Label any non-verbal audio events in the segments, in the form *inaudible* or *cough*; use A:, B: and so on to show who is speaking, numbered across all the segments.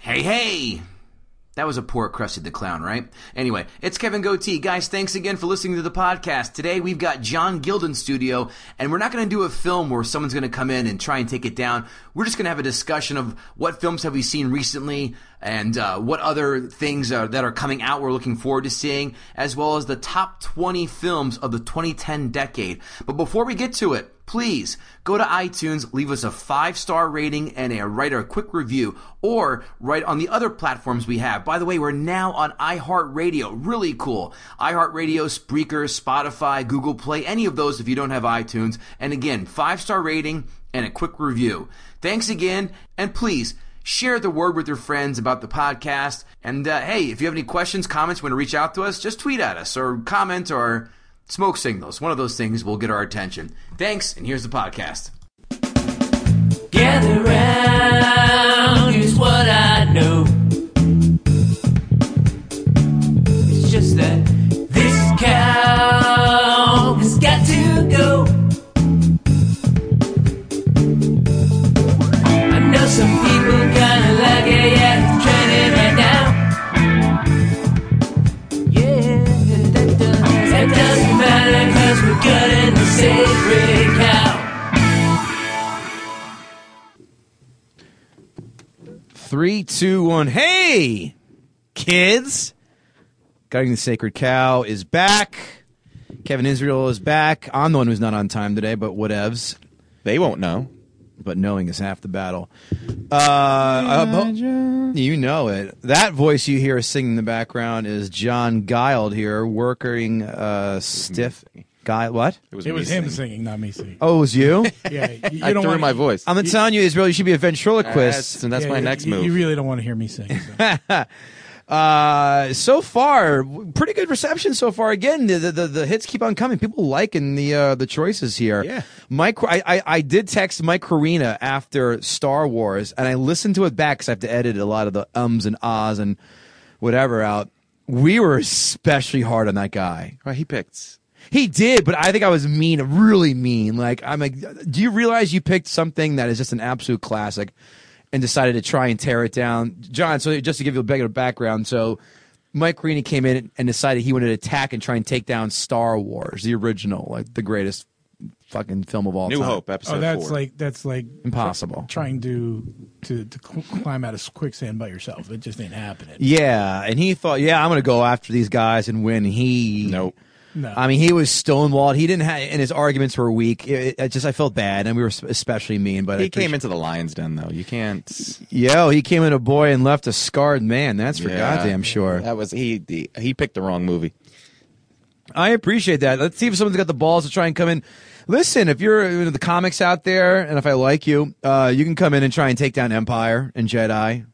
A: Hey, hey! That was a poor Krusty the Clown, right? Anyway, it's Kevin Goatee. Guys, thanks again for listening to the podcast. Today we've got John Gilden Studio, and we're not going to do a film where someone's going to come in and try and take it down. We're just going to have a discussion of what films have we seen recently and uh, what other things are, that are coming out we're looking forward to seeing, as well as the top 20 films of the 2010 decade. But before we get to it, please go to iTunes, leave us a five star rating and a write a quick review, or write on the other platforms we have. By the way, we're now on iHeartRadio. Really cool. iHeartRadio, Spreaker, Spotify, Google Play, any of those if you don't have iTunes. And again, five star rating and a quick review. Thanks again, and please share the word with your friends about the podcast. And uh, hey, if you have any questions, comments, want to reach out to us, just tweet at us or comment or smoke signals. One of those things will get our attention. Thanks, and here's the podcast.
B: Gather round, here's what I know. It's just that this cow has got to go. I know some people kinda like it, yeah, it's trending right now. Yeah, that does. That doesn't matter, cause we're gutting the sacred cow.
C: Three, two, one. Hey, kids! Guiding the Sacred Cow is back. Kevin Israel is back. I'm the one who's not on time today, but whatevs.
D: They won't know.
C: But knowing is half the battle. Uh, I hope- you know it. That voice you hear singing in the background is John Guild here, working uh, stiff guy. What?
D: was,
E: It
D: me
E: was him
D: singing.
E: singing, not me
D: *laughs*
E: singing.
C: Oh, it was you?
E: Yeah, you, you
D: I
E: don't
D: threw
E: want
D: in my voice.
C: I'm telling you, Israel, you should be a ventriloquist.
D: That's, and that's
E: yeah,
D: my
E: you-
D: next
E: you,
D: move.
E: You really don't want to hear me
D: *laughs*
E: sing. so.
C: Uh, so far, w- pretty good reception so far. Again, the the, the, the hits keep on coming. People liking the uh, the choices here.
D: Yeah.
C: Mike, I, I I did text Mike Carina after Star Wars, and I listened to it back because I have to edit a lot of the ums and ahs and whatever out. We were especially hard on that guy.
D: Well, he picked.
C: He did, but I think I was mean, really mean. Like I'm like, do you realize you picked something that is just an absolute classic, and decided to try and tear it down, John? So just to give you a bit of background, so Mike Greene came in and decided he wanted to attack and try and take down Star Wars, the original, like the greatest fucking film of all
D: New
C: time.
D: Hope, episode
E: oh, that's
D: four.
E: like that's like
C: Impossible.
E: trying to to, to cl- climb out of quicksand by yourself. It just ain't happening.
C: Yeah, and he thought, yeah, I'm gonna go after these guys and win. He
D: Nope.
E: No,
C: I mean, he was stonewalled. He didn't have, and his arguments were weak. It, it- it just, I felt bad, and we were especially mean. But I
D: He
C: appreciate-
D: came into the lion's den though. You can't.
C: Yo, he came in a boy and left a scarred man. That's for
D: Yeah.
C: goddamn sure.
D: That was he, he. He picked the wrong movie.
C: I appreciate that. Let's see if someone's got the balls to try and come in. Listen, if you're in the comics out there, and if I like you, uh, you can come in and try and take down Empire and Jedi.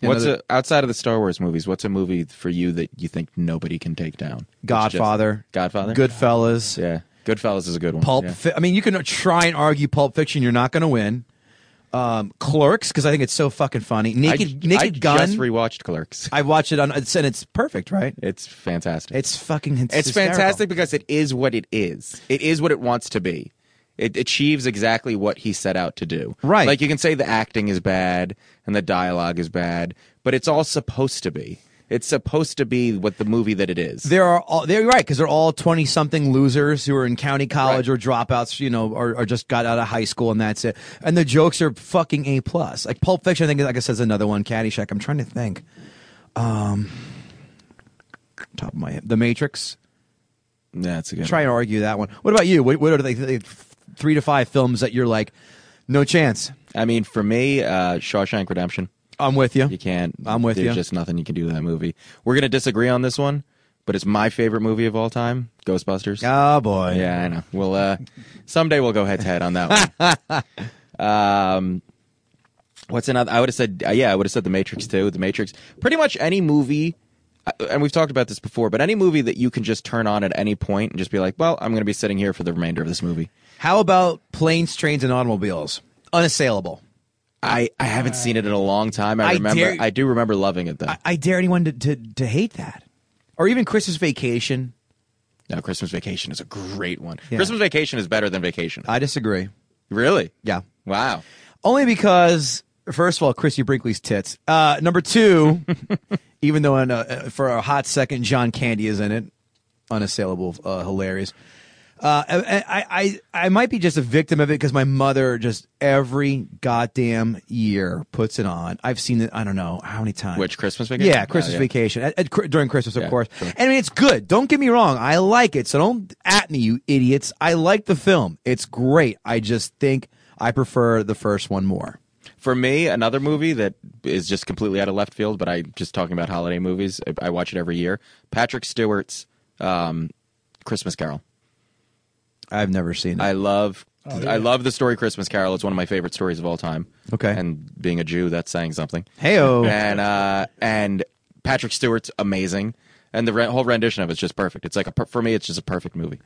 C: You
D: What's
C: know,
D: a, outside of the Star Wars movies? What's a movie for you that you think nobody can take down? It's just-
C: Godfather,
D: Godfather.
C: Goodfellas,
D: Yeah. Goodfellas is a good one.
C: Pulp.
D: Yeah.
C: Fi- I mean, you can try and argue Pulp Fiction. You're not going to win. Um, Clerks, because I think it's so fucking funny. Naked,
D: I,
C: Naked
D: I
C: Gun.
D: just rewatched Clerks.
C: I watched it on, it's- and it's perfect, right?
D: It's fantastic.
C: It's fucking. It's,
D: It's
C: hysterical.
D: fantastic because it is what it is. It is what it wants to be. It achieves exactly what he set out to do.
C: Right.
D: Like you can say the acting is bad and the dialogue is bad, but it's all supposed to be. It's supposed to be what the movie that it is.
C: There are all they're right because they're all twenty something losers who are in county college or dropouts, you know, or, or just got out of high school and that's it. And the jokes are fucking a plus. Like Pulp Fiction, I think, like I said, is another one. Caddyshack. I'm trying to think. Um, top of my head, The Matrix.
D: That's a good.
C: Try and argue that one. What about you? What, what are the, the three to five films that you're like, no chance?
D: I mean, for me, uh, Shawshank Redemption.
C: I'm with you.
D: You can't.
C: I'm with
D: There's
C: you.
D: just nothing you can do to that movie. We're gonna disagree on this one, but it's my favorite movie of all time, Ghostbusters.
C: Oh boy.
D: Yeah, I know. We'll uh, someday we'll go head to head on that one.
C: *laughs*
D: um, what's another? I would have said uh, yeah. I would have said The Matrix too. The Matrix. Pretty much any movie, uh, and we've talked about this before, but any movie that you can just turn on at any point and just be like, well, I'm going to be sitting here for the remainder of this movie.
C: How about planes, trains, and automobiles? Unassailable.
D: I, I haven't seen it in a long time.
C: I
D: I remember. I,
C: dare-
D: do remember loving it though.
C: I dare anyone to, to, to hate that. Or even Christmas Vacation.
D: no, Christmas Vacation is a great one.
C: Yeah.
D: Christmas Vacation is better than Vacation.
C: I disagree.
D: really?
C: Yeah.
D: Wow.
C: *laughs* Only because, first of all, Chrissy Brinkley's tits. Uh, number *laughs* two, even though in a, for a hot second, John Candy is in it. Unassailable, uh, hilarious. Uh, I, I, I I might be just a victim of it because my mother just every goddamn year puts it on. I've seen it, I don't know how many times.
D: Which Christmas Vacation?
C: Yeah, Christmas
D: Oh, yeah.
C: vacation at, at, during Christmas, of
D: Yeah,
C: course.
D: sure.
C: And I mean, it's good. Don't get me wrong. I like it. So don't at me, you idiots. I like the film. It's great. I just think I prefer the first one more.
D: For me, another movie that is just completely out of left field, but I just talking about holiday movies. I, I watch it every year. Patrick Stewart's um, Christmas Carol.
C: I've never seen it.
D: I love.
E: yeah.
D: I love the story Christmas Carol. It's one of my favorite stories of all time.
C: Okay.
D: And being a Jew, that's saying something.
C: Heyo.
D: And uh, and Patrick Stewart's amazing, and the re- whole rendition of it's just perfect. It's like a per- for me, it's just a perfect movie.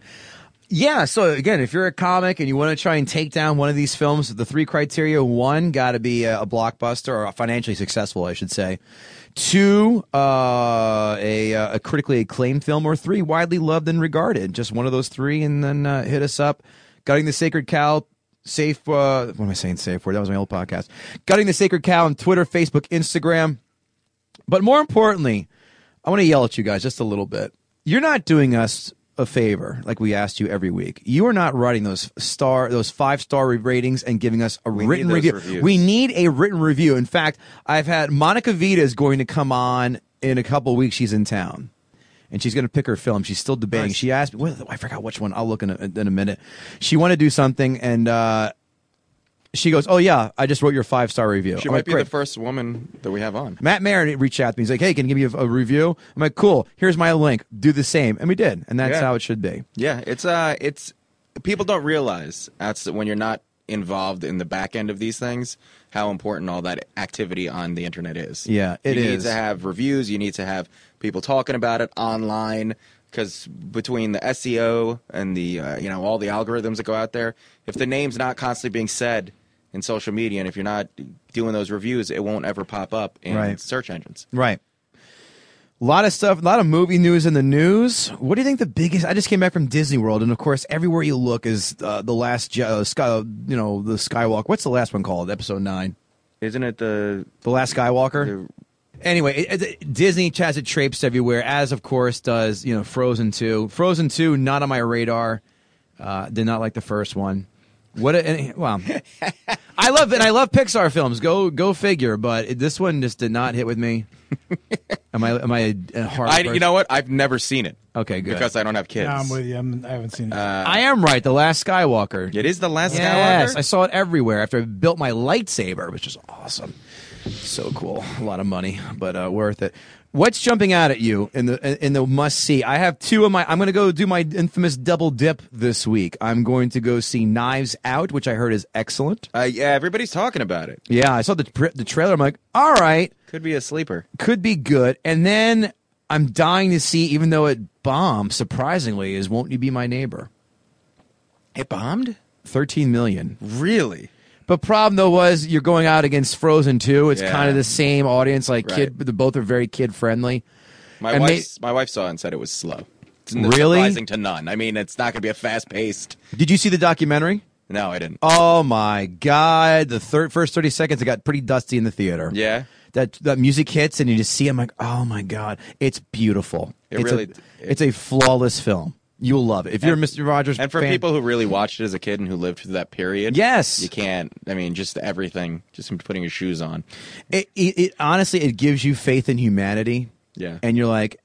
C: yeah. So again, if you're a comic and you want to try and take down one of these films, the three criteria: one, got to be a, a blockbuster or financially successful, I should say. Two, uh, a, uh, a critically acclaimed film, or three, widely loved and regarded. Just one of those three, and then uh, hit us up. Gutting the Sacred Cow, safe. Uh, what am I saying? Safe word. That was my old podcast. Gutting the Sacred Cow on Twitter, Facebook, Instagram. But more importantly, I want to yell at you guys just a little bit. You're not doing us a favor like we asked you every week. You are not writing those star those five star ratings and giving us a
D: need
C: written
D: those
C: review.
D: reviews.
C: We need a written review. In fact, I've had Monica Vita is going to come on in a couple weeks. She's in town. And she's going to pick her film. She's still debating. She asked me, well, I forgot which one. I'll look in a, in a minute. She wanted to do something, and uh, she goes, "Oh yeah, I just wrote your five star review."
D: She
C: I'm
D: might
C: like,
D: be
C: "Great."
D: the first woman that we have on.
C: Matt Marin reached out to me. He's like, "Hey, can you give me a, a review?" I'm like, "Cool. Here's my link. Do the same." And we did, and that's
D: Yeah.
C: how it should be.
D: Yeah, it's uh, it's people don't realize that's when you're not involved in the back end of these things how important all that activity on the internet is.
C: Yeah, it
D: you
C: is.
D: need to have reviews. You need to have people talking about it online because between the SEO and the uh, you know all the algorithms that go out there, if the name's not constantly being said in social media and if you're not doing those reviews, it won't ever pop up in
C: Right.
D: search engines.
C: Right. A lot of stuff, a lot of movie news in the news. What do you think the biggest? I just came back from Disney World, and of course, everywhere you look is uh, the last, Je- uh, sky, uh, you know, the Skywalk. What's the last one called? Episode nine,
D: Isn't it the
C: the last Skywalker. Anyway, it, it, Disney has it traipsed everywhere, as of course does you know Frozen two. Frozen two, not on my radar. Uh, did not like the first one. What? A, any- well, I love and I love Pixar films. Go go figure. But it- this one just did not hit with me. Am I am I a, a hard?
D: I,
C: person?
D: you know what? I've never seen it.
C: Okay, good.
D: Because I don't have kids.
E: No, I'm with you. I'm, I haven't seen it.
D: Uh,
C: I am right. The Last Skywalker.
D: It is the last
C: Yes,
D: Skywalker?
C: I saw it everywhere after I built my lightsaber, which is awesome. So cool. A lot of money, but uh, worth it. What's jumping out at you in the in the must see? I have two of my. I'm going to go do my infamous double dip this week. I'm going to go see Knives Out, which I heard is excellent.
D: Uh, yeah, everybody's talking about it.
C: Yeah, I saw the pr- the trailer. I'm like, all right,
D: Could be a sleeper.
C: could be good. And then I'm dying to see, even though it bombed surprisingly, is "Won't You Be My Neighbor?"
D: It bombed?
C: 13 million.
D: Really?
C: But problem though was you're going out against Frozen 2. It's
D: Yeah.
C: kind of the same audience, like
D: Right.
C: kid. The both are very kid friendly.
D: My
C: And
D: wife, my wife saw it and said it was slow. It's n-
C: Really?
D: surprising to none. I mean, it's not going to be a fast paced.
C: Did you see the documentary?
D: No, I didn't.
C: Oh my god! The thir- first thirty seconds, it got pretty dusty in the theater.
D: Yeah.
C: that that music hits and you just see. I'm like, oh my god, it's beautiful.
D: It
C: it's
D: really-
C: a, it's a flawless film. You'll love it if you're a Mr. Rogers.
D: And for
C: fan-
D: people who really watched it as a kid and who lived through that period,
C: Yes.
D: you can't. I mean, just everything, just him putting his shoes on.
C: it, it, it honestly it gives you faith in humanity.
D: Yeah.
C: and you're like.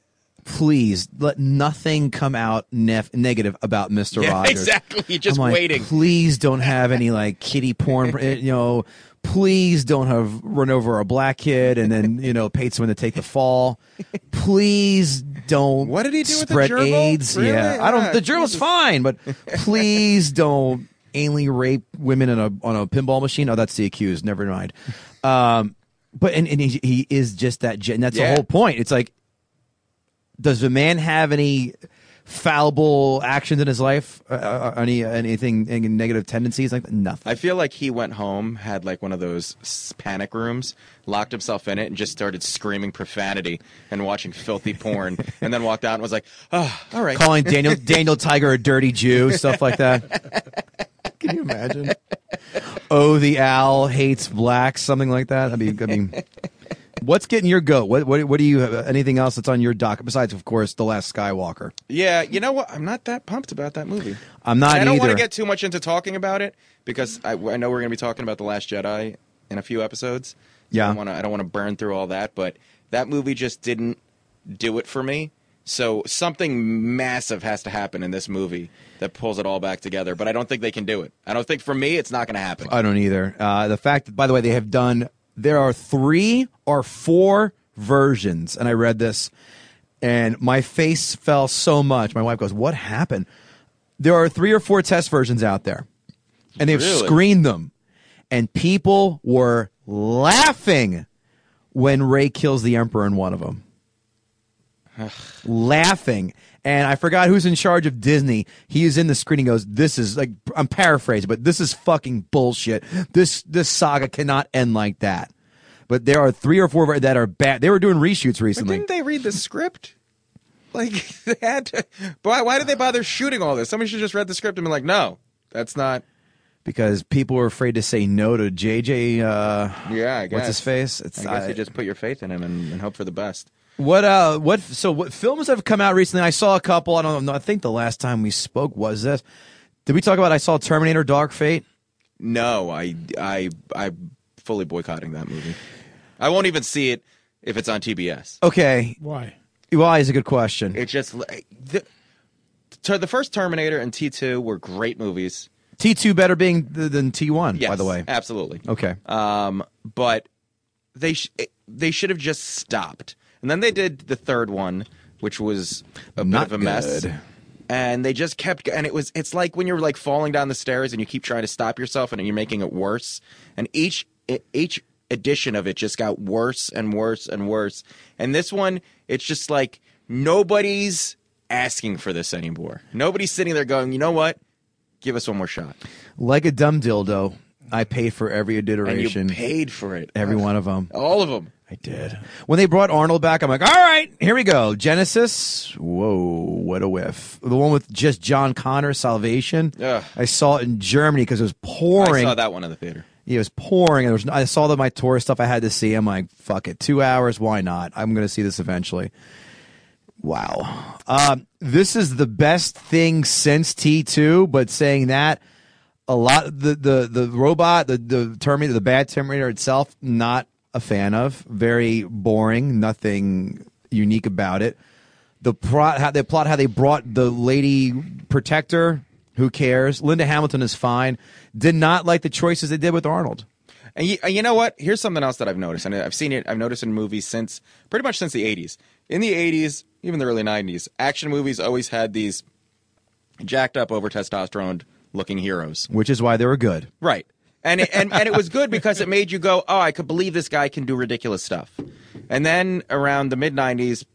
C: Please let nothing come out nef- negative about Mr.
D: Yeah, *laughs*
C: Rogers.
D: exactly. You're just
C: I'm like,
D: waiting.
C: Please don't have any like kitty porn. eh, You know, please don't have run over a black kid and then you know paid someone to take the fall. Please don't.
D: What did he do with the
C: spread
D: gerbil?
C: AIDS?
D: Really?
C: Yeah, I don't.
D: Yeah,
C: The gerbil's fine,
D: *laughs*
C: but please don't anally rape women in a on a pinball machine. Oh, that's the accused. Never mind. Um, but and, and he, he is just that. gen- And that's
D: Yeah.
C: the whole point. It's like, does the man have any fallible actions in his life? Uh, Uh, any anything any negative tendencies? Like nothing.
D: I feel like he went home, had like one of those s- panic rooms, locked himself in it, and just started screaming profanity and watching filthy porn,
C: *laughs*
D: and then walked out and was like, "Oh, all right."
C: Calling Daniel *laughs* Daniel Tiger a dirty Jew, stuff like that. *laughs* Can you imagine? Oh, the owl hates blacks, something like that. I mean, I mean, *laughs* what's getting your goat? What what what do you have? Anything else that's on your docket besides, of course, the Last Skywalker?
D: Yeah, you know what? I'm not that pumped about that movie.
C: I'm not
D: And I don't want to
C: either.
D: get too much into talking about it because I, I know we're going to be talking about the Last Jedi in a few episodes.
C: Yeah.
D: I don't wanna- I don't want to burn through all that, but that movie just didn't do it for me. So something massive has to happen in this movie that pulls it all back together. But I don't think they can do it. I don't think for me it's not going to happen.
C: I don't either. Uh, the fact that, by the way, they have done, there are three or four versions. And I read this and my face fell so much. My wife goes, What happened? There are three or four test versions out there and they've
D: Really?
C: screened them. And people were laughing when Ray kills the Emperor in one of them. laughing. And I forgot who's in charge of Disney. He is in the screen and goes, This is like I'm paraphrasing, but this is fucking bullshit. This this saga cannot end like that. But there are three or four that are bad. They were doing reshoots recently.
D: Didn't
C: *laughs*
D: they read the script? Like *laughs* they had to. Why? Why did they bother shooting all this? Somebody should just read the script and be like, "No, that's not."
C: because people were afraid to say no to JJ. Uh,
D: Yeah, I guess.
C: what's his face? It's
D: I guess
C: I-
D: you just put your faith in him and, and hope for the best.
C: what uh what so what films have come out recently? I saw a couple. I don't know. I think the last time we spoke was this. Did we talk about? I saw Terminator: Dark Fate.
D: No, I I I'm fully boycotting that movie. I won't even see it if it's on TBS.
C: Okay,
E: Why?
C: why is a good question.
D: It just the, ter- the first Terminator and T two were great movies.
C: T two better being th- than T one.
D: Yes,
C: by the way.
D: absolutely.
C: Okay.
D: Um, but they sh- it- they should have just stopped. And then they did the third one, which was a
C: Not
D: bit of a mess.
C: good.
D: And they just kept, and it was, it's like when you're like falling down the stairs and you keep trying to stop yourself and you're making it worse. And each e, each edition of it just got worse and worse and worse. And this one, it's just like nobody's asking for this anymore. Nobody's sitting there going, you know what? Give us one more shot.
C: Like a dumb dildo, I paid for every
D: And you
C: iteration,
D: paid for it.
C: every one of them.
D: All of them.
C: I did. When they brought Arnold back, I'm like, all right, here we go. Genesis. Whoa, what a whiff. The one with just John Connor, Salvation.
D: Ugh.
C: I saw it in Germany because it was pouring.
D: I saw that one in the theater.
C: It was pouring. And there was, I saw that my tourist stuff I had to see. I'm like, fuck it. Two hours. Why not? I'm going to see this eventually. Wow. Um, this is the best thing since T2, but saying that, a lot the the the robot the the terminator the bad terminator itself not a fan of very boring nothing unique about it the plot how they plot how they brought the lady protector who cares linda hamilton is fine did not like the choices they did with arnold
D: And you, and you know what? Here's something else that I've noticed, and I've seen it. I've noticed in movies since pretty much since the '80s. In the '80s, even the early '90s, action movies always had these jacked up, over testosterone looking heroes.
C: which is why they were good
D: Right. And it, and and it was good because it made you go, "Oh, I could believe this guy can do ridiculous stuff." And then around the mid 90s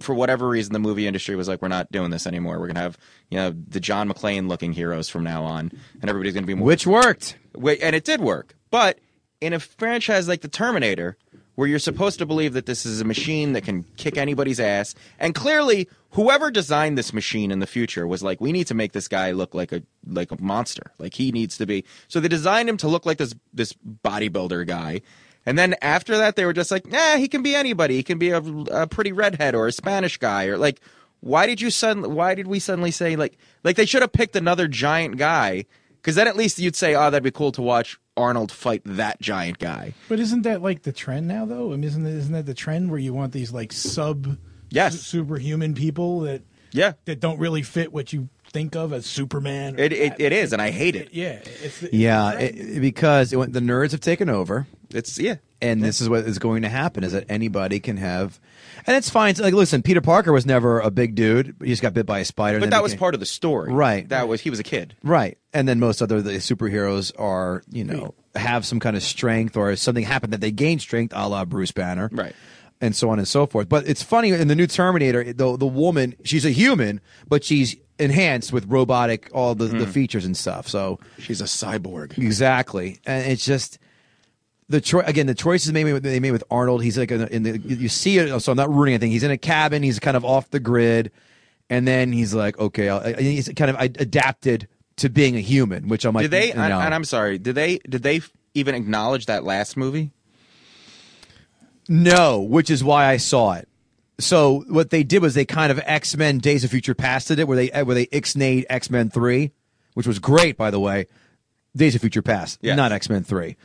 D: for whatever reason the movie industry was like, "We're not doing this anymore. We're going to have, you know, the John McClane looking heroes from now on, and everybody's going to be more
C: which worked
D: Wait, and it did work. But in a franchise like the Terminator, where you're supposed to believe that this is a machine that can kick anybody's ass, and clearly whoever designed this machine in the future was like, we need to make this guy look like a like a monster. Like he needs to be. So they designed him to look like this this bodybuilder guy. And then after that, they were just like, nah, he can be anybody. He can be a, a pretty redhead or a Spanish guy or like, why did you suddenly? Why did we suddenly say like like they should have picked another giant guy? Because then at least you'd say, oh, that'd be cool to watch Arnold fight that giant guy.
E: But isn't that like the trend now, though? I mean, isn't that, isn't that the trend where you want these like sub
D: Yes.
E: su- superhuman people that
D: Yeah,
E: that don't really fit what you think of as Superman? or
D: it it, it is, and I hate it.
E: yeah, it's, it's
C: Yeah,
E: the trend.
C: it- because it went, the nerds have taken over.
D: It's yeah.
C: and this is what is going to happen is that anybody can have and it's fine like listen peter parker was never a big dude but he just got bit by a spider
D: But that was part of the story,
C: Right.
D: That was he was a kid.
C: right and then most other the superheroes are you know have some kind of strength or something happened that they gain strength a la bruce banner
D: Right.
C: and so on and so forth but it's funny in the new terminator the, the woman she's a human but she's enhanced with robotic all the, the features and stuff so
D: She's a cyborg.
C: Exactly, and it's just the choi- again the choices made with, they made with Arnold. He's like in the, in the you see it. So I'm not ruining anything. He's in a cabin. He's kind of off the grid, and then he's like, okay, I'll, and he's kind of I- adapted to being a human, which I'm like,
D: Did they?
C: no.
D: And, and I'm sorry. Did they? Did they f- even acknowledge that last movie?
C: no, which is why I saw it. So what they did was they kind of X Men Days of Future Past did it, where they uh, where they X-nayed X Men Three, which was great by the way. Days of Future Past,
D: Yes.
C: not X Men Three.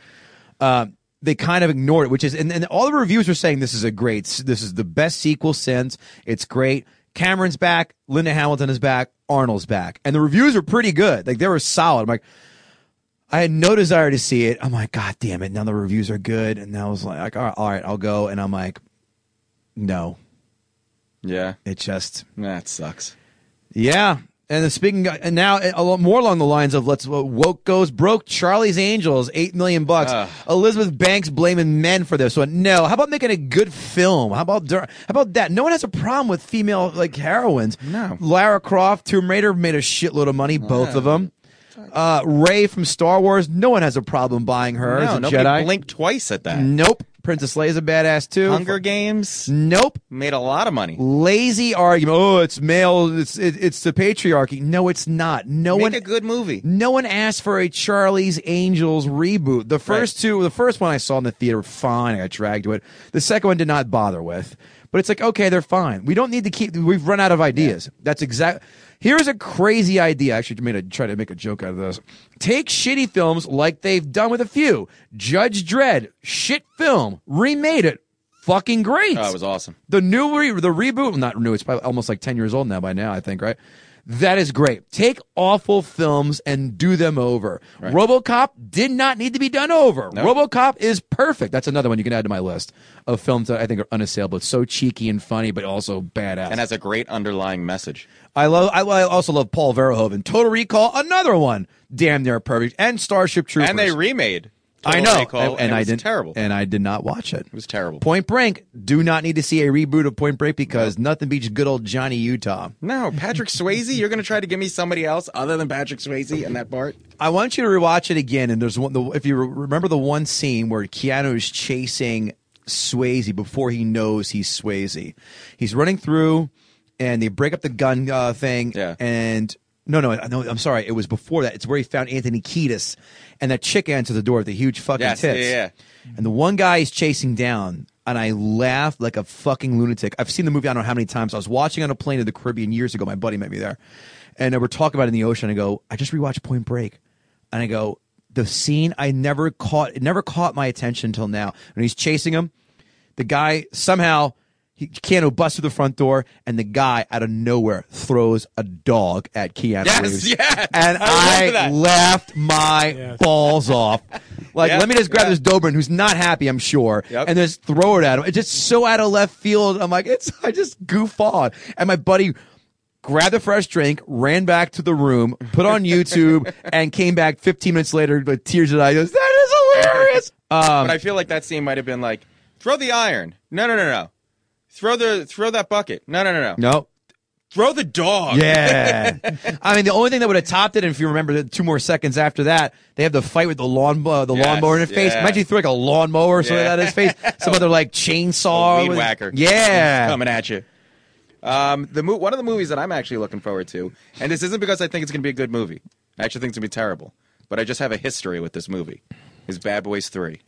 C: Um, they kind of ignored it, which is, and, and all the reviews were saying this is a great, this is the best sequel since. It's great. Cameron's back. Linda Hamilton is back. Arnold's back. And the reviews were pretty good. Like they were solid. I'm like, I had no desire to see it. I'm like, God damn it. Now the reviews are good. And I was like, all right, all right I'll go. And I'm like, no,
D: Yeah,
C: it just,
D: that sucks.
C: yeah. And then speaking, uh, and now a lot more along the lines of let's uh, woke goes broke. Charlie's Angels, eight million bucks.
D: Ugh.
C: Elizabeth Banks blaming men for this one. No, how about making a good film? How about dur- how about that? No one has a problem with female like heroines.
D: No.
C: Lara Croft, Tomb Raider made a shitload of money, both of them. Uh, Ray from Star Wars, no one has a problem buying her as
D: No,
C: a
D: nobody
C: Jedi.
D: blinked twice at that.
C: Nope. Princess Leia's a badass too.
D: Hunger Games
C: Nope
D: made a lot of money.
C: lazy argument. Oh, it's male. It's it, it's the patriarchy. No, it's not. No
D: Make
C: one.
D: a good movie.
C: no one asked for a Charlie's Angels reboot. The first
D: Right.
C: two, the first one I saw in the theater, fine. I got dragged to it. The second one did not bother with. But it's like, okay, they're fine. We don't need to keep. We've run out of ideas. That's exact. Here's a crazy idea. I actually made a try to make a joke out of this. Take shitty films like they've done with a few. Judge Dredd, shit film, remade it, fucking great.
D: Oh, it was awesome.
C: The new re- the reboot, not new. It's probably almost like ten years old now. By now, I think right. That is great. Take awful films and do them over. RoboCop did not need to be done over. RoboCop is perfect. That's another one you can add to my list of films that I think are unassailable. It's so cheeky and funny, but also badass.
D: And has a great underlying message.
C: I love. I, I also love Paul Verhoeven. Total Recall, another one, damn near perfect, and Starship Troopers.
D: And they remade.
C: I
D: Total
C: know,
D: Recall, and, it
C: I
D: was
C: didn't.
D: Terrible.
C: And I did not watch it.
D: it was terrible.
C: Point Break. Do not need to see a reboot of Point Break because nothing beats good old Johnny Utah.
D: No, Patrick Swayze. You're going to try to give me somebody else other than Patrick Swayze in that part?
C: I want you to rewatch it again. And there's one. The, if you re- remember the one scene where Keanu is chasing Swayze before he knows he's Swayze, he's running through, and they break up the gun uh, thing.
D: Yeah.
C: And no, no, no. I'm sorry. It was before that. It's where he found Anthony Kiedis, and that chick answers the door with the huge fucking
D: Yes,
C: tits.
D: yeah, yeah.
C: And the one guy is chasing down, and I laughed like a fucking lunatic. I've seen the movie I don't know how many times. I was watching on a plane to the Caribbean years ago. My buddy met me there, and uh, we're talking about it in the ocean. I go, I just rewatched Point Break, and I go, the scene I never caught, it never caught my attention until now. And he's chasing him. The guy somehow. He, Keanu busts through the front door, and the guy out of nowhere throws a dog at Keanu
D: Yes,
C: Reeves.
D: yes.
C: and
D: I
C: I,
D: remember that.
C: laughed my balls off. Like,
D: Yeah,
C: let me just grab
D: yeah.
C: this Dobrin, who's not happy, I'm sure,
D: Yep.
C: and just throw it at him. It's just so out of left field. I'm like, it's I just goof on. And my buddy grabbed a fresh drink, ran back to the room, put
D: *laughs*
C: on YouTube, and came back 15 minutes later with tears in his eyes. He Goes, that is
D: *laughs*
C: hilarious. Um,
D: but I feel like that scene might have been like, throw the iron. No, no, no, no. Throw the throw that bucket. No, no, no, no.
C: No.
D: Throw the dog.
C: Yeah. I mean, the only thing that would have topped it, and if you remember the two more seconds after that, they have the fight with the lawnmower, the
D: Yes,
C: lawnmower in his face.
D: yeah.
C: Imagine you threw like a lawnmower or something
D: Yeah.
C: at his face. Some other like chainsaw.
D: Weed
C: with-
D: whacker.
C: Yeah.
D: coming at you. Um, the mo- one of the movies that I'm actually looking forward to, and this isn't because I think it's going to be a good movie. I actually think it's going to be terrible, but I just have a history with this movie. is Bad Boys Three.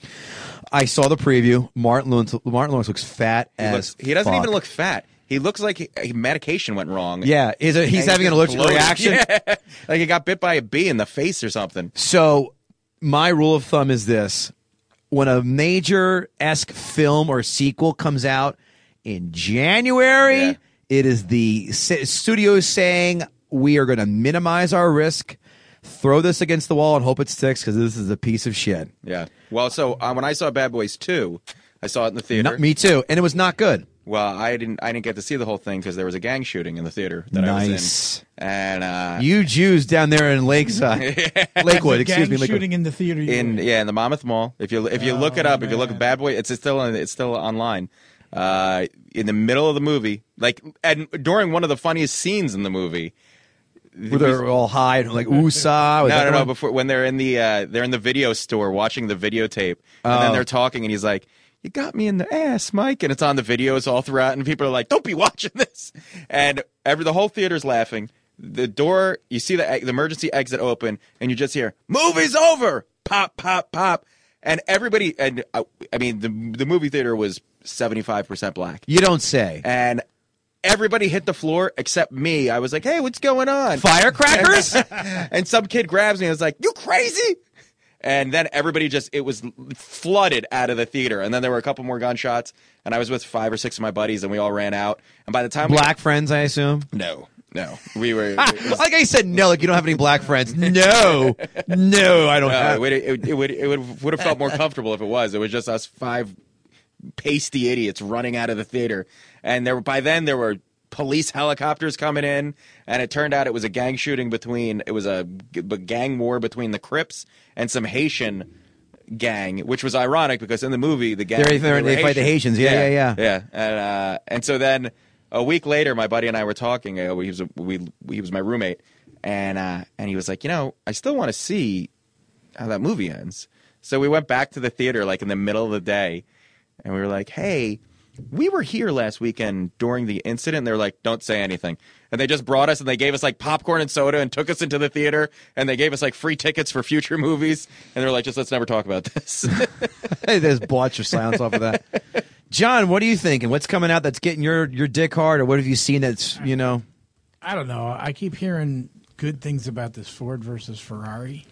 C: I saw the preview. Martin Lawrence, Martin Lawrence looks fat
D: He,
C: as
D: looks, he doesn't
C: fuck.
D: even look fat. He looks like he, he- medication went wrong.
C: Yeah, is it, he's
D: And
C: having an allergic
D: just bloated.
C: reaction.
D: *laughs* Yeah. like he got bit by a bee in the face or something.
C: So, my rule of thumb is this: when a major esque film or sequel comes out in January,
D: Yeah.
C: it is the s- studio saying we are going to minimize our risk, throw this against the wall, and hope it sticks because this is a piece of shit.
D: Yeah. Well, so uh, when I saw Bad Boys Two, I saw it in the theater.
C: No, me too, and it was not good.
D: Well, I didn't. I didn't get to see the whole thing because there was a gang shooting in the theater that I was
C: Nice.
D: in. And uh,
C: You Jews down there in
D: *laughs*
C: Lakeside, Lakewood,
E: gang
C: excuse me, Lakewood.
E: shooting in the theater. you
D: in
E: were
D: yeah in the Monmouth Mall. If you if you look it up, if you look
E: man.
D: at Bad Boy, it's still on- it's still online. Uh, in the middle of the movie, like and during one of the funniest scenes in the movie.
C: where they're all high and like USA.
D: *laughs* No, no, no. Before when they're in the uh, they're in the video store watching the videotape, and then they're talking, and he's like, "You got me in the ass, Mike," and it's on the videos all throughout, and people are like, "Don't be watching this," and every the whole theater's laughing. The door, you see the, e- the emergency exit open, and you just hear "Movie's over!" Pop, pop, pop, and everybody, and uh, I mean the the movie theater was seventy five percent black,
C: you don't say.
D: and everybody hit the floor except me. I was like, "Hey, what's going on?"
C: Firecrackers?
D: *laughs* and some kid grabs me and is like, "You crazy?" And then everybody just it was flooded out of the theater. And then there were a couple more gunshots. And I was with five or six of my buddies, and we all ran out. And by the time
C: black Oh, friends, I assume.
D: we, no, no, we were. it
C: *laughs*
D: was-
C: like I said, no, like you don't have any black friends. No, no, I don't
D: no, it
C: have.
D: would it, it would it would would have felt more comfortable if it was. It was just us five pasty idiots running out of the theater. And there were by then there were police helicopters coming in and it turned out it was a gang shooting between it was a, g- b- gang war between the Crips and some Haitian gang which was ironic because in the movie the gang
C: They're- they're-
D: were
C: they fight the
D: Haitian.
C: Haitians. Yeah, yeah,
D: yeah and uh, and so then a week later my buddy and I were talking uh, he was a, we he was my roommate and uh, and he was like you know I still want to see how that movie ends. So we went back to the theater like in the middle of the day and we were like, hey, we were here last weekend during the incident. And they were like, don't say anything. And they just brought us and they gave us like popcorn and soda and took us into the theater and they gave us like free tickets for future *laughs* movies. And they were like, just let's never talk about this. *laughs*
C: Hey, There's blotch your silence off of that. John, what are you thinking? What's coming out that's getting your your dick hard, or what have you seen that's you know?
E: I don't know. I keep hearing good things about this Ford versus Ferrari,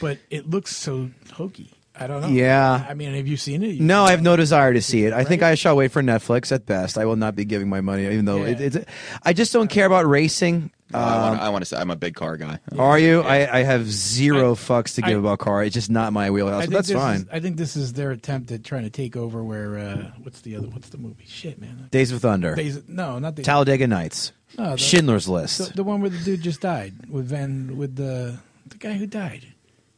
E: but it looks so hokey. I don't know.
C: Yeah.
E: I mean, have you seen it?
C: No, I have no desire to see it. I think
E: Right?
C: I shall wait for Netflix at best. I will not be giving my money, even though it,
E: Yeah.
C: it's. I just don't care about racing.
D: I
C: Um,
D: wanna- I want to say I'm a big car guy.
C: Are you? I, I have zero fucks to give
E: I-
C: about car. It's just not my wheelhouse.
E: I
C: But
E: think
C: that's
E: this
C: fine.
E: Is, I think this is their attempt at trying to take over. Where uh, what's the other? What's the movie? Shit, man.
C: Days of Thunder,
E: Days, no, not the,
C: Talladega Nights,
E: No, the-
C: Schindler's List.
E: the the one where the dude just died with Van with the the guy who died.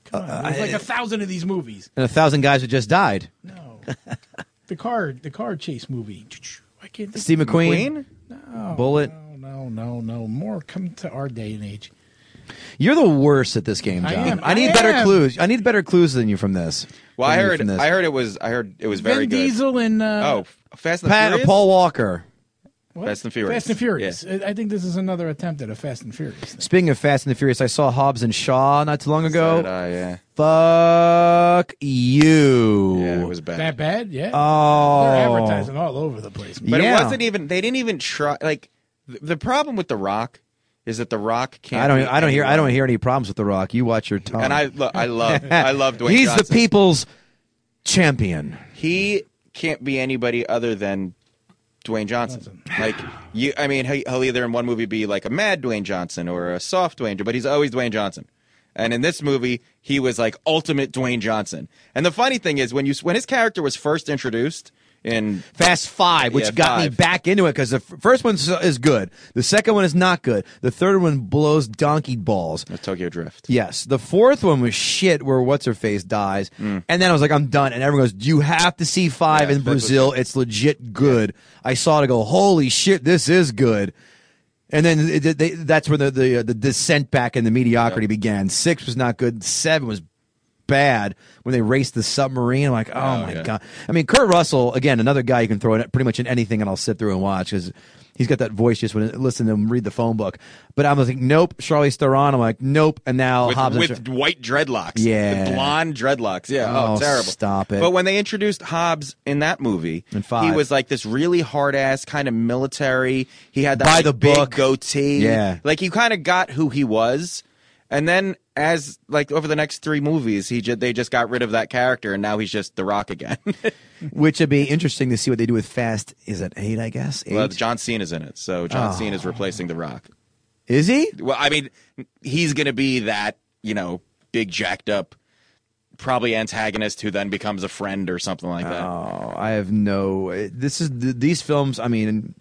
E: Come on, there's
C: Uh,
E: like a thousand of these movies.
C: and a thousand guys who just died. *laughs*
E: No, the car the car chase movie. I can't. Think
C: Steve McQueen, Bullet.
E: No, no, no, no. More come to our day and age.
C: You're the worst at this game, John.
E: I am.
C: I need
E: I
C: better
E: am.
C: clues. I need better clues than you from this.
D: Well, I
C: Than you
D: heard
C: from this.
D: I heard it was I heard it was very
E: Vin
D: good.
E: Diesel and uh,
D: Oh, Fast and the
C: Pat or
D: Furious?
C: Paul Walker.
E: what?
D: Fast and Furious.
E: Fast and Furious.
D: Yeah.
E: I I think this is another attempt at a Fast and Furious. Thing.
C: Speaking of Fast and the Furious, I saw Hobbs and Shaw not too long ago.
D: But, uh, yeah.
C: Fuck you.
D: yeah, it was bad.
E: That bad? Yeah.
C: Oh.
E: They're advertising all over the place. man.
D: But
C: Yeah.
D: it wasn't even. They didn't even try. Like th- the problem with the Rock is that the Rock can't.
C: I don't.
D: be
C: I don't hear. I don't
D: anyone.
C: hear any problems with The Rock. You watch your tongue.
D: And I, lo- I love,
C: *laughs*
D: I love Dwayne.
C: He's the
D: Johnson.
C: people's champion.
D: He can't be anybody other than Dwayne Johnson. Like you, I mean, he- he'll either in one movie be like a mad Dwayne Johnson or a soft Dwayne, but he's always Dwayne Johnson. And in this movie, he was like ultimate Dwayne Johnson. And the funny thing is, when you when his character was first introduced in
C: Fast Five, which
D: Yeah,
C: got me
D: five.
C: back into it because the f- first one is good. The second one is not good. The third one blows donkey balls.
D: Tokyo Drift,
C: Yes. The fourth one was shit where what's her face dies. And then I was like, I'm done. And everyone goes, You have to see five
D: Mm. Yeah,
C: in
D: that was-
C: Brazil. It's legit good. I saw it I go, Holy shit, this is good. And then it, it- they, that's where the, the uh, the descent back in the mediocrity began. Six was not good. Seven was bad when they raced the submarine. I'm like, oh, my
D: yeah.
C: god! I mean, Kurt Russell again, another guy you can throw in pretty much in anything, and I'll sit through and watch because he's got that voice just when listen to him read the phone book. But I'm like, nope, Charlie Theron. I'm like, nope, and now
D: with,
C: Hobbs. and
D: with
C: Shaw-
D: white dreadlocks.
C: Yeah.
D: With blonde dreadlocks. Yeah. Oh,
C: Oh,
D: terrible.
C: stop it.
D: But when they introduced Hobbs in that movie,
C: In five.
D: he was like this really hard ass kind of military. He had that
C: By
D: like,
C: the
D: big
C: book.
D: goatee.
C: Yeah.
D: Like you kind of got who he was. And then as like over the next three movies, he ju- they just got rid of that character and now he's just The Rock again. *laughs*
C: which would be interesting to see what they do with Fast. Is it eight? I guess eight.
D: well, John Cena's in it, so John
C: Oh.
D: Cena's replacing The Rock.
C: Is he?
D: Well, I mean, he's going to be that, you know, big jacked up, probably antagonist who then becomes a friend or something like that.
C: Oh, I have no. This is th- these films. I mean,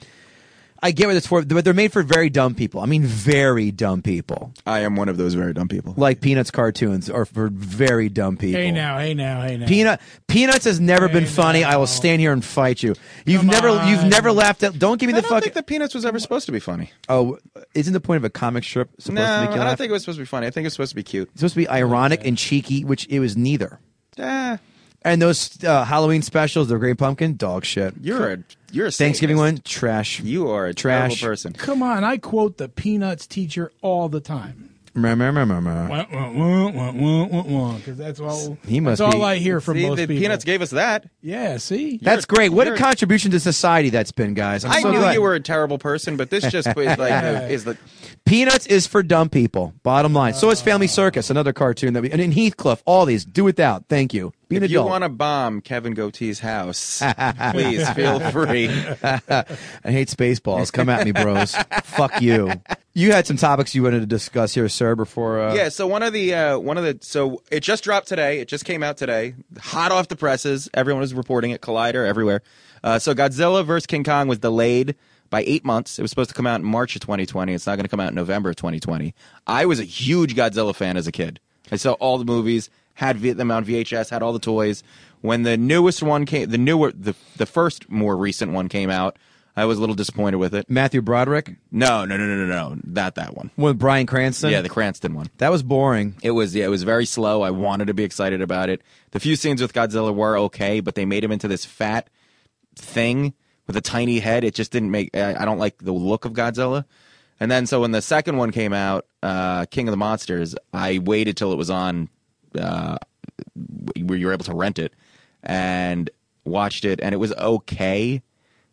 C: I get what it's for, but they're made for very dumb people. I mean, very dumb people,
D: I am one of those very dumb people.
C: like Peanuts cartoons are for very dumb people.
E: Hey now, hey now, hey now.
C: Peanut Peanuts has never been
E: Hey,
C: funny. I will
E: now.
C: stand here and fight you. You've
E: Come
C: never you've
E: on.
C: never laughed at. Don't give me
D: I
C: the
D: don't
C: fucking.
D: think the Peanuts was ever supposed to be funny.
C: oh, isn't the point of a comic strip supposed
D: No,
C: to
D: I
C: make you
D: don't
C: laugh?
D: think it was supposed to be funny. I think it was supposed to be cute.
C: it's supposed to be ironic and cheeky, which it was neither.
D: Ah,
C: And those uh, Halloween specials, the Great Pumpkin, dog shit.
D: you're a you're a
C: Thanksgiving
D: Satanist.
C: one, trash.
D: You are a
C: Trash.
D: terrible person.
E: Come on, I quote the Peanuts teacher all the time.
C: Meh, meh, meh, meh, meh.
E: Wah, wah, wah, wah, wah, wah, wah, Because that's all.
C: He must
E: that's
C: be-
E: all I hear from
D: See,
E: most
D: the
E: people.
D: Peanuts gave us that.
E: yeah, see.
C: That's
D: You're-
C: great. What a
D: you're-
C: contribution to society that's been, guys. I'm
D: I
C: so
D: knew
C: glad.
D: you were a terrible person, but this just was
C: *laughs*
D: like is the
C: Peanuts is for dumb people. Bottom line. so is
D: Uh.
C: Family Circus, another cartoon that we and in Heathcliff. All these. Do without. Thank you. Be an
D: if you
C: adult.
D: want to bomb Kevin
C: *laughs*
D: Goatee's house, please feel free.
C: I hate Spaceballs. Come at me, bros.
D: *laughs*
C: Fuck you. You had some topics you wanted to discuss here, sir. Before uh,
D: Yeah, so one of the uh, one of the so it just dropped today. It just came out today, hot off the presses. Everyone was reporting it. Collider everywhere. Uh, so Godzilla vs King Kong was delayed by eight months. It was supposed to come out in March of 2020. It's not going to come out in November of 2020. I was a huge Godzilla fan as a kid. I saw all the movies, had v- them on VHS, had all the toys. When the newest one came, the newer the the first more recent one came out, I was a little disappointed with it.
C: Matthew Broderick,
D: No, no, no, no, no, no, not that one.
C: with Brian Cranston.
D: Yeah, the Cranston one.
C: that was boring.
D: It was yeah, it was very slow. I wanted to be excited about it. The few scenes with Godzilla were okay, but they made him into this fat thing with a tiny head. It just didn't make. I, I don't like the look of Godzilla. And then so when the second one came out, uh, King of the Monsters, I waited till it was on uh, where you were able to rent it and watched it, and it was okay.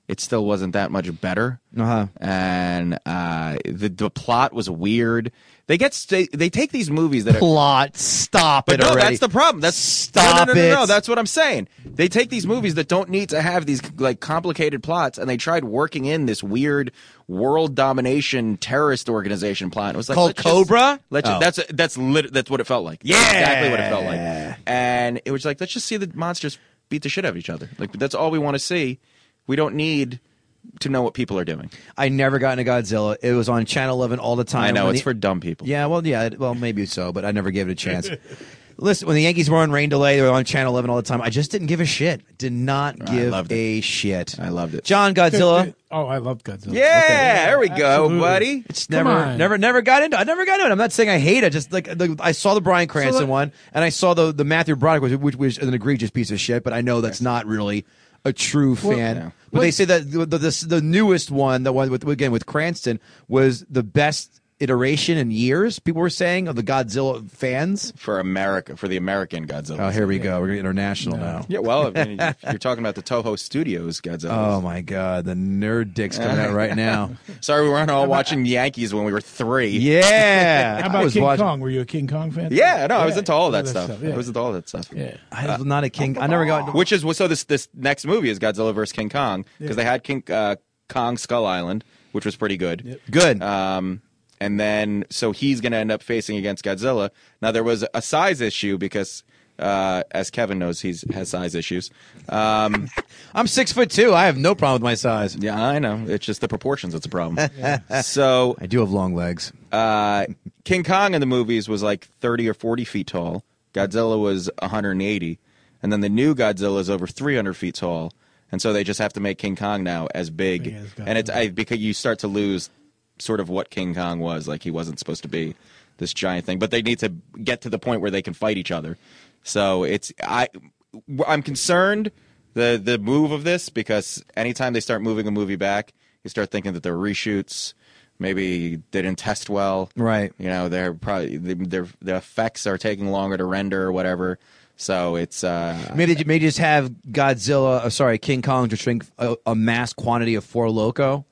D: It still wasn't that much better
C: Uh-huh.
D: and uh, the the plot was weird. They get st- they take these movies that are
C: Plot. Stop
D: but
C: it
D: no,
C: already.
D: that's the problem. That's
C: Stop
D: no, no, no, no, No,
C: it.
D: that's what I'm saying. They take these movies that don't need to have these like complicated plots, and they tried working in this weird world domination terrorist organization plot. It was like
C: Called
D: let's just-
C: Cobra?
D: let's ju-
C: Oh.
D: that's that's lit, that's what it felt like. Yeah, exactly what it felt like. And it was like let's just see the monsters beat the shit out of each other. Like that's all we want to see. We don't need to know what people are doing.
C: I never got into Godzilla. It was on Channel 11 all the time.
D: I know
C: When
D: it's
C: the-
D: for dumb people.
C: Yeah, well, yeah, it- well, maybe so, but I never gave it a
D: *laughs*
C: chance. Listen, when the Yankees were on rain delay, they were on Channel 11 all the time. I just didn't give a shit. Did not give
D: loved it.
C: a shit.
D: I loved it.
C: John
E: *laughs*
C: Godzilla.
E: Oh, I love Godzilla.
D: Yeah, there we go,
E: Absolutely.
D: buddy.
C: It's
E: Come
C: never,
E: on.
C: never, never got into. I never got into it. I'm not saying I hate it. Just like the, I saw the Brian Cranston
E: let-
C: one, and I saw the the Matthew Broderick, which, which was an egregious piece of shit. But I know that's not really a true fan.
D: no.
C: But they say that the, the the the newest one, the one with again with Cranston, was the best iteration in years. People were saying of the Godzilla fans.
D: For America, for the American Godzilla.
C: Oh, here we go. We're gonna get international now.
D: Yeah, well, I mean, if you're talking about the Toho Studios Godzilla.
C: Oh my God, the nerd dicks coming out right now.
D: Sorry, we weren't all watching Yankees when we were three.
C: Oh. Yeah,
E: How about
C: I was
E: King
C: watching.
E: Kong? Were you a King Kong fan?
D: Yeah, no, I was into all of that
E: that
D: stuff.
E: stuff, yeah.
D: I was into all of that stuff.
E: Yeah.
C: I was not a king. I never got.
D: Which is so. This this next movie is Godzilla vs King Kong because they had King uh, Kong Skull Island, which was pretty good.
C: Good.
D: Um, and then so he's going to end up facing against Godzilla. Now there was a size issue because, uh, as Kevin knows, he's has size issues. Um,
C: I'm six foot two. I have no problem with my size.
D: yeah, I know. It's just the proportions that's
E: *laughs*
D: a problem. So
C: I do have long legs.
D: uh, King Kong in the movies was like 30 or 40 feet tall. Godzilla was 180. And then the new Godzilla is over 300 feet tall. And so they just have to make King Kong now as big.
E: Big as Godzilla.
D: and it's I, because you start to lose sort of what King Kong was. Like he wasn't supposed to be this giant thing. But they need to get to the point where they can fight each other. So it's I I'm concerned the the move of this because anytime they start moving a movie back, you start thinking that they're reshoots. Maybe they didn't test well,
C: Right.
D: You know, they're probably their the effects are taking longer to render or whatever. So it's uh,
C: Maybe maybe just have Godzilla, uh, sorry, King Kong, just drink a, a mass quantity of Four Loco,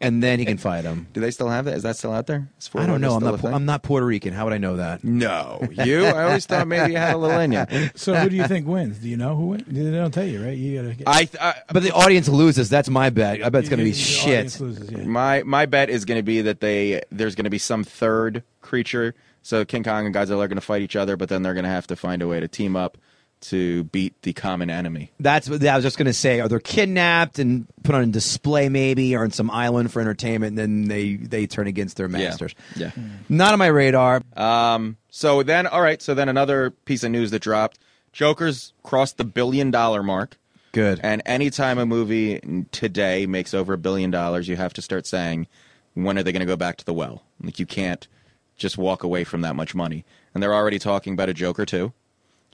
C: and then he can fight him.
D: do they still have that? Is that still out there? Is Fort
C: I don't
D: Lauderdale
C: know. I'm
D: still a
C: not. Pu-
D: thing?
C: I'm not Puerto Rican. How would I know that?
D: No, you. I always thought maybe you had a little in you.
E: So who do
D: *laughs*
E: you think wins? Do you know who wins? They don't tell you, right? You gotta get.
D: I, uh, I
C: But the audience loses. That's my bet. I bet it's going to be
E: the
C: shit.
E: audience loses, yeah.
D: my my bet is going to be that they there's going to be some third creature. So King Kong and Godzilla are going to fight each other, but then they're going to have to find a way to team up to beat the common enemy.
C: That's what I was just going to say. Are they kidnapped and put on display, maybe, or on some island for entertainment? And then they they turn against their masters.
D: Yeah. yeah.
C: Not on my radar.
D: So then, all right. So then another piece of news that dropped: Joker's crossed the billion dollar mark.
C: Good.
D: And anytime a movie today makes over a billion dollars, you have to start saying, when are they going to go back to the well? Like, you can't just walk away from that much money. And they're already talking about a Joker, too.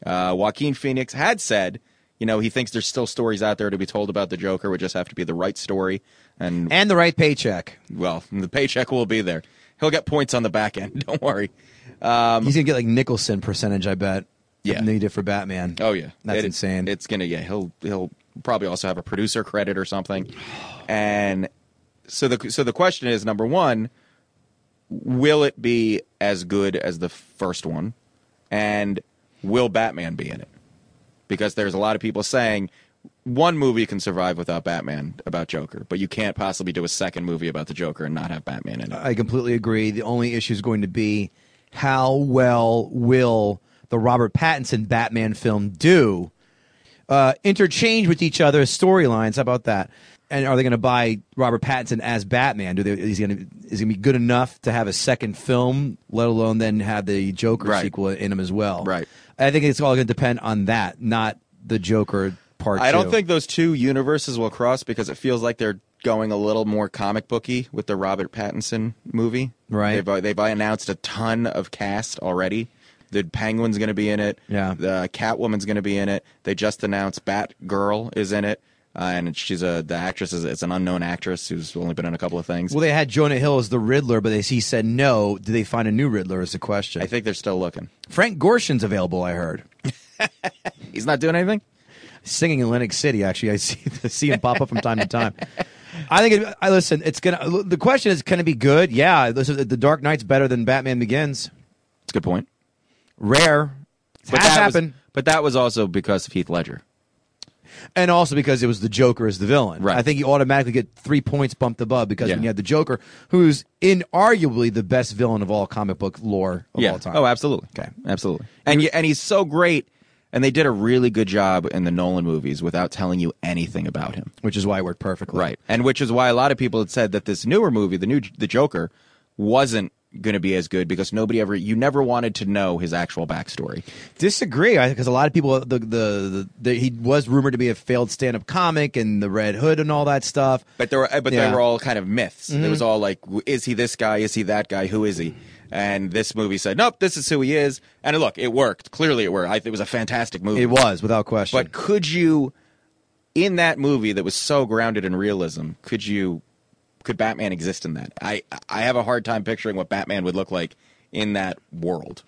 D: Uh, Joaquin Phoenix had said, you know, he thinks there's still stories out there to be told about the Joker, would just have to be the right story. And,
C: and the right paycheck.
D: well, the paycheck will be there. He'll get points on the back end. *laughs* Don't worry.
C: He's going to get like Nicholson percentage. I bet.
D: Yeah.
C: Needed for Batman.
D: Oh yeah,
C: That's
D: It-
C: insane.
D: It's gonna yeah. He'll he'll probably also have a producer credit or something. And so the so the question is number one, will it be as good as the first one, and will Batman be in it? Because there's a lot of people saying one movie can survive without Batman about Joker, but you can't possibly do a second movie about the Joker and not have Batman in it.
C: I completely agree. The only issue is going to be how well will the Robert Pattinson Batman film do? Uh, interchange with each other storylines. How about that? And are they going to buy Robert Pattinson as Batman? Do they? Is he going to is he going to be good enough to have a second film? Let alone then have the Joker
D: Right.
C: sequel in him as well.
D: Right.
C: I think it's all going to depend on that, not the Joker part.
D: I
C: two.
D: don't think those two universes will cross because it feels like they're going a little more comic booky with the Robert Pattinson movie.
C: Right.
D: They've, uh, they've announced a ton of cast already. The Penguin's going to be in it.
C: Yeah.
D: The Catwoman's going to be in it. They just announced Batgirl is in it. Uh, and she's a the actress is it's an unknown actress who's only been in a couple of things.
C: Well, they had Jonah Hill as the Riddler, but they, he said no. Did they find a new Riddler? Is the question.
D: I think they're still looking.
C: Frank Gorshin's available. I heard
D: He's not doing anything.
C: singing in Lenox City. Actually, I *laughs* see see him pop up from time to
D: *laughs*
C: time. I think it, I listen. It's gonna. The question is, can it be good? Yeah, listen, the Dark Knight's better than Batman Begins.
D: It's a good point.
C: Rare. It's half
D: that was-
C: happened,
D: but that was also because of Heath Ledger.
C: and also because it was the Joker as the villain.
D: Right.
C: I think you automatically get three points bumped above because
D: Yeah.
C: when you had the Joker, who's inarguably the best villain of all comic book lore of all time.
D: Oh, absolutely.
C: Okay.
D: absolutely. And you, and he's so great. And they did a really good job in the Nolan movies without telling you anything about him.
C: which is why it worked perfectly.
D: And which is why a lot of people had said that this newer movie, the new the Joker, wasn't going to be as good because nobody ever you never wanted to know his actual backstory.
C: Disagree, because a lot of people, the, the the the he was rumored to be a failed stand up comic and the Red Hood and all that stuff.
D: But there were, but
C: Yeah. Mm-hmm.
D: they were all kind of myths. It was all like, w- is he this guy? Is he that guy? Who is he? And this movie said, nope, this is who he is. And look, it worked. Clearly, it worked. I, it was a fantastic movie.
C: It was without question.
D: But could you, in that movie that was so grounded in realism, could you, could Batman exist in that? I I have a hard time picturing what Batman would look like in that world.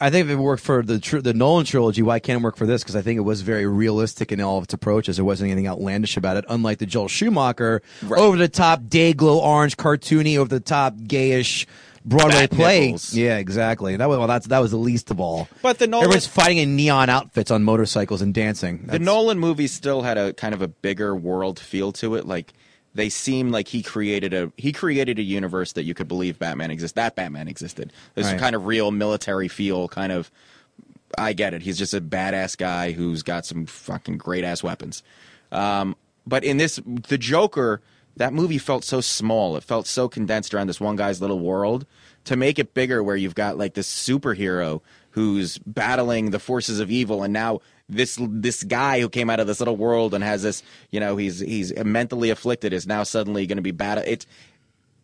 C: I think if it worked for the tr- the Nolan trilogy, why can't it work for this? Because I think it was very realistic in all of its approaches. There wasn't anything outlandish about it, unlike the Joel Schumacher
D: Right.
C: over the top day glow orange cartoony over the top gayish Broadway
D: Bat
C: play.
D: nipples.
C: Yeah, exactly. That was well, that's that was the least of all.
D: But the Nolan-
C: everyone's fighting in neon outfits on motorcycles and dancing.
D: the Nolan movies still had a kind of a bigger world feel to it. Like they seem like he created a he created a universe that you could believe Batman exists. That Batman existed. There's
C: Right.
D: some kind of real military feel. Kind of, I get it. He's just a badass guy who's got some fucking great ass weapons. Um, but in this, the Joker, that movie felt so small. It felt so condensed around this one guy's little world. To make it bigger, where you've got like this superhero who's battling the forces of evil, and now this this guy who came out of this little world and has this, you know, he's he's mentally afflicted is now suddenly going to be bad. It's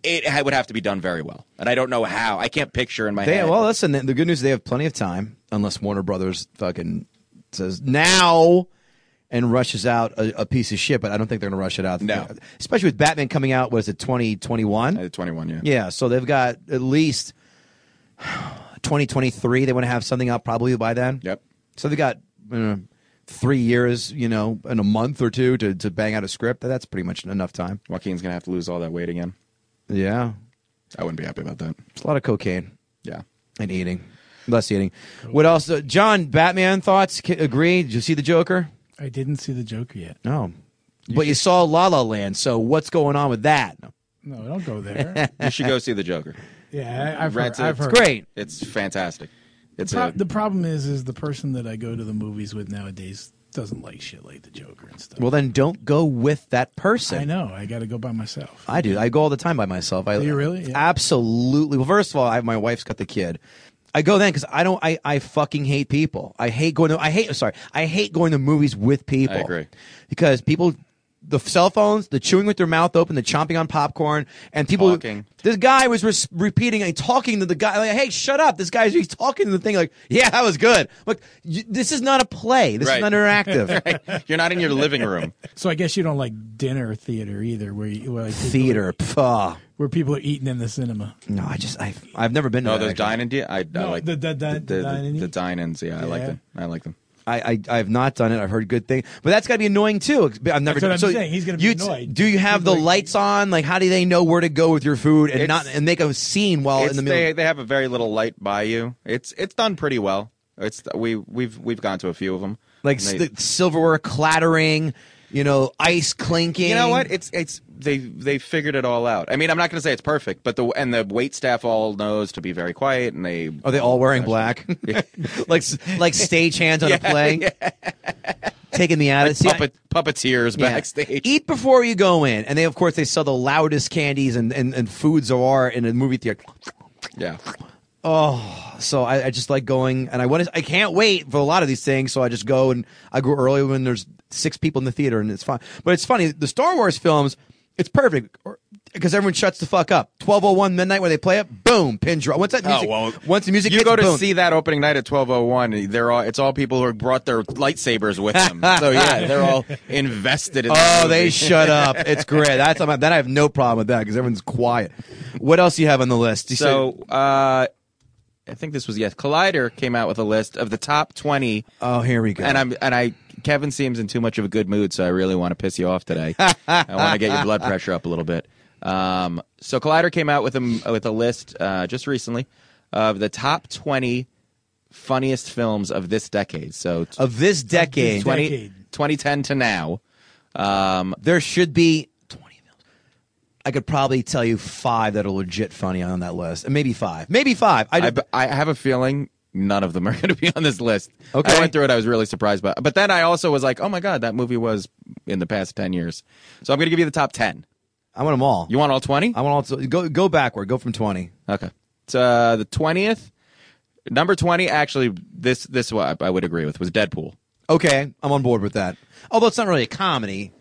D: it ha- would have to be done very well, and I don't know how. I can't picture in my
C: They,
D: head.
C: well, listen. The good news is they have plenty of time, unless Warner Brothers fucking says now and rushes out a, a piece of shit. But I don't think they're going to rush it out.
D: No.
C: especially with Batman coming out. What is it, twenty twenty one?
D: Uh, 21, yeah.
C: Yeah, so they've got at least twenty twenty three. They want to have something out probably by then.
D: Yep.
C: So they got uh, three years, you know, and a month or two to to bang out a script. That's pretty much enough time.
D: Joaquin's gonna have to lose all that weight again.
C: Yeah,
D: I wouldn't be happy about that.
C: it's a lot of cocaine.
D: Yeah.
C: and eating, less eating. What else? Uh, John, Batman thoughts? K- agree? Did you see the Joker?
E: I didn't see the Joker yet.
C: No, but you saw La La Land. So what's going on with that?
E: No, don't
C: *laughs*
E: go there.
D: You should go see the Joker.
E: yeah, I, I've
D: Rats
E: heard.
D: it.
E: I've
D: It's
E: heard.
C: Great.
D: It's fantastic. It's
E: Pro-
D: a,
E: the problem is, is the person that I go to the movies with nowadays doesn't like shit like the Joker and stuff.
C: Well, then don't go with that person.
E: I know. I got to go by myself.
C: I do. I go all the time by myself. I,
E: Do you really? Yeah.
C: Absolutely. Well, first of all, I, my wife's got the kid. I go then because I don't. I, I fucking hate people. I hate going to. I hate. Sorry. I hate going to movies with people.
D: I agree.
C: Because people, the cell phones, the chewing with their mouth open, the chomping on popcorn, and people.
D: Talking.
C: This guy was res- repeating and talking to the guy. Like, hey, shut up! This guy's he's talking to the thing. Like, yeah, that was good. Like, y- this is not a play. This
D: Right.
C: is not interactive.
D: *laughs* *laughs* you're not in your living room.
E: So I guess you don't like dinner theater either, where you, where, like people-
C: Theater. Pah.
E: where people are eating in the cinema.
C: No, I just I've I've never been to.
D: No,
C: that,
D: Oh, those
C: actually.
D: dine-in. de- I, I
E: No,
D: like
E: the- the- the- the dine-in?
D: the dine-ins. Yeah, I like
E: Yeah.
D: them. I like them.
C: I, I I've not done it. I've heard good things, but that's got to be annoying too. I've never.
E: That's what
C: done-
E: I'm
C: so
E: saying. He's gonna be
C: you t-
E: annoyed.
C: Do you have
E: He's
C: the
E: like-
C: lights on? Like, how do they know where to go with your food and
D: It's-
C: not and make a scene while in
D: It's-
C: the middle?
D: They, they have a very little light by you. It's it's done pretty well. It's we we've we've gone to a few of them.
C: like
D: And
C: s
D: they-
C: the silverware clattering, you know, ice clinking.
D: you know what? It's it's they they figured it all out. I mean, I'm not going to say it's perfect, but the and the wait staff all knows to be very quiet, and they
C: Are Oh, they all wearing black? *laughs* like s- like stagehands
D: *laughs*
C: on a play, taking me out of See, I-
D: puppet, puppeteers
C: Yeah.
D: backstage.
C: Eat before you go in, and they of course they sell the loudest candies and and, and foods there are in a movie theater.
D: Yeah,
C: So I, I just like going, and I want to. I can't wait for a lot of these things. So I just go and I go early when there's six people in the theater, and it's fine. But it's funny the Star Wars films. It's perfect because everyone shuts the fuck up. Twelve oh one midnight when they play it, boom, pin drop. Once that music,
D: Oh, well,
C: once the music
D: you
C: hits,
D: go to
C: boom.
D: see that opening night at 12:01. They're all it's all people who brought their lightsabers with them. so yeah, they're all invested. in
C: *laughs*
D: that
C: Oh, they
D: movie.
C: shut up! It's great. That's I'm- that I have no problem with that because everyone's quiet. What else do you have on the list? You
D: So uh, I think this was yes. Collider came out with a list of the top 20
C: said- oh, here we go.
D: and I'm and I Kevin seems in too much of a good mood, so I really want to piss you off
C: *laughs*
D: today. I want to get your blood pressure up a little bit. Um, so Collider came out with a with a list uh, just recently of the top twenty funniest films of this decade. So t-
C: of this decade,
D: 20
E: decade.
D: 2010 to now. Um,
C: there should be 20 films. I could probably tell you five that are legit funny on that list. Maybe five. Maybe five. I,
D: I, b- I have a feeling none of them are *laughs* going to be on this list.
C: Okay.
D: I went through it. I was really surprised by But then I also was like, oh my God, that movie was in the past 10 years. So I'm going to give you the top 10.
C: I want them all.
D: You want all 20?
C: I want all. To, go go backward. Go from 20.
D: Okay. It's uh, the twentieth. Number twenty, actually, this this one I would agree with was Deadpool.
C: Okay, I'm on board with that. Although it's not really a comedy.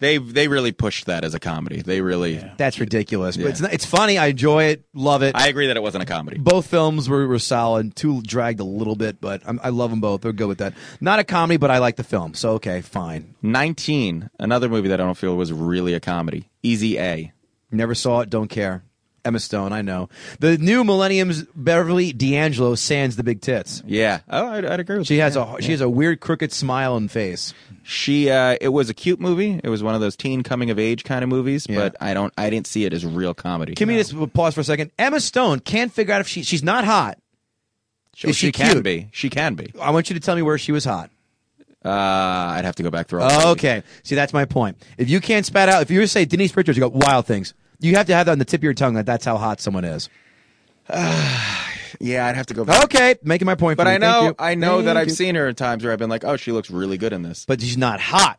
D: They they really pushed that as a comedy. They really.
C: That's ridiculous. But it's not, it's funny. I enjoy it. Love it.
D: I agree that it wasn't a comedy.
C: both films were, were solid. Two dragged a little bit, but I'm, I love them both. They're good with that. Not a comedy, but I like the film. So okay, fine.
D: Nineteen, another movie that I don't feel was really a comedy. Easy A.
C: Never saw it. Don't care. Emma Stone. I know the new Millennium's Beverly D'Angelo sans the big tits.
D: Yeah. Oh, I'd, I'd agree with
C: She
D: you.
C: has a she has a weird crooked smile and face.
D: She. Uh, it was a cute movie. It was one of those teen coming of age kind of movies.
C: Yeah.
D: But I don't. I didn't see it as real comedy.
C: Can we just pause for a second? Emma Stone can't figure out if she she's not hot.
D: Oh,
C: is she
D: can
C: cute?
D: be. She can be.
C: I want you to tell me where she was hot.
D: Uh, I'd have to go back through. All the movies.
C: Okay, see that's my point. If you can't spat out, if you were to say Denise Richards, you go wild things. You have to have that on the tip of your tongue that that's how hot someone is.
D: Yeah, I'd have to go. back.
C: Okay, making my point.
D: But
C: for
D: I
C: me. Thank
D: know,
C: you.
D: I know that
C: Thank
D: I've
C: you.
D: seen her in times where I've been like, "Oh, she looks really good in this."
C: But she's not hot.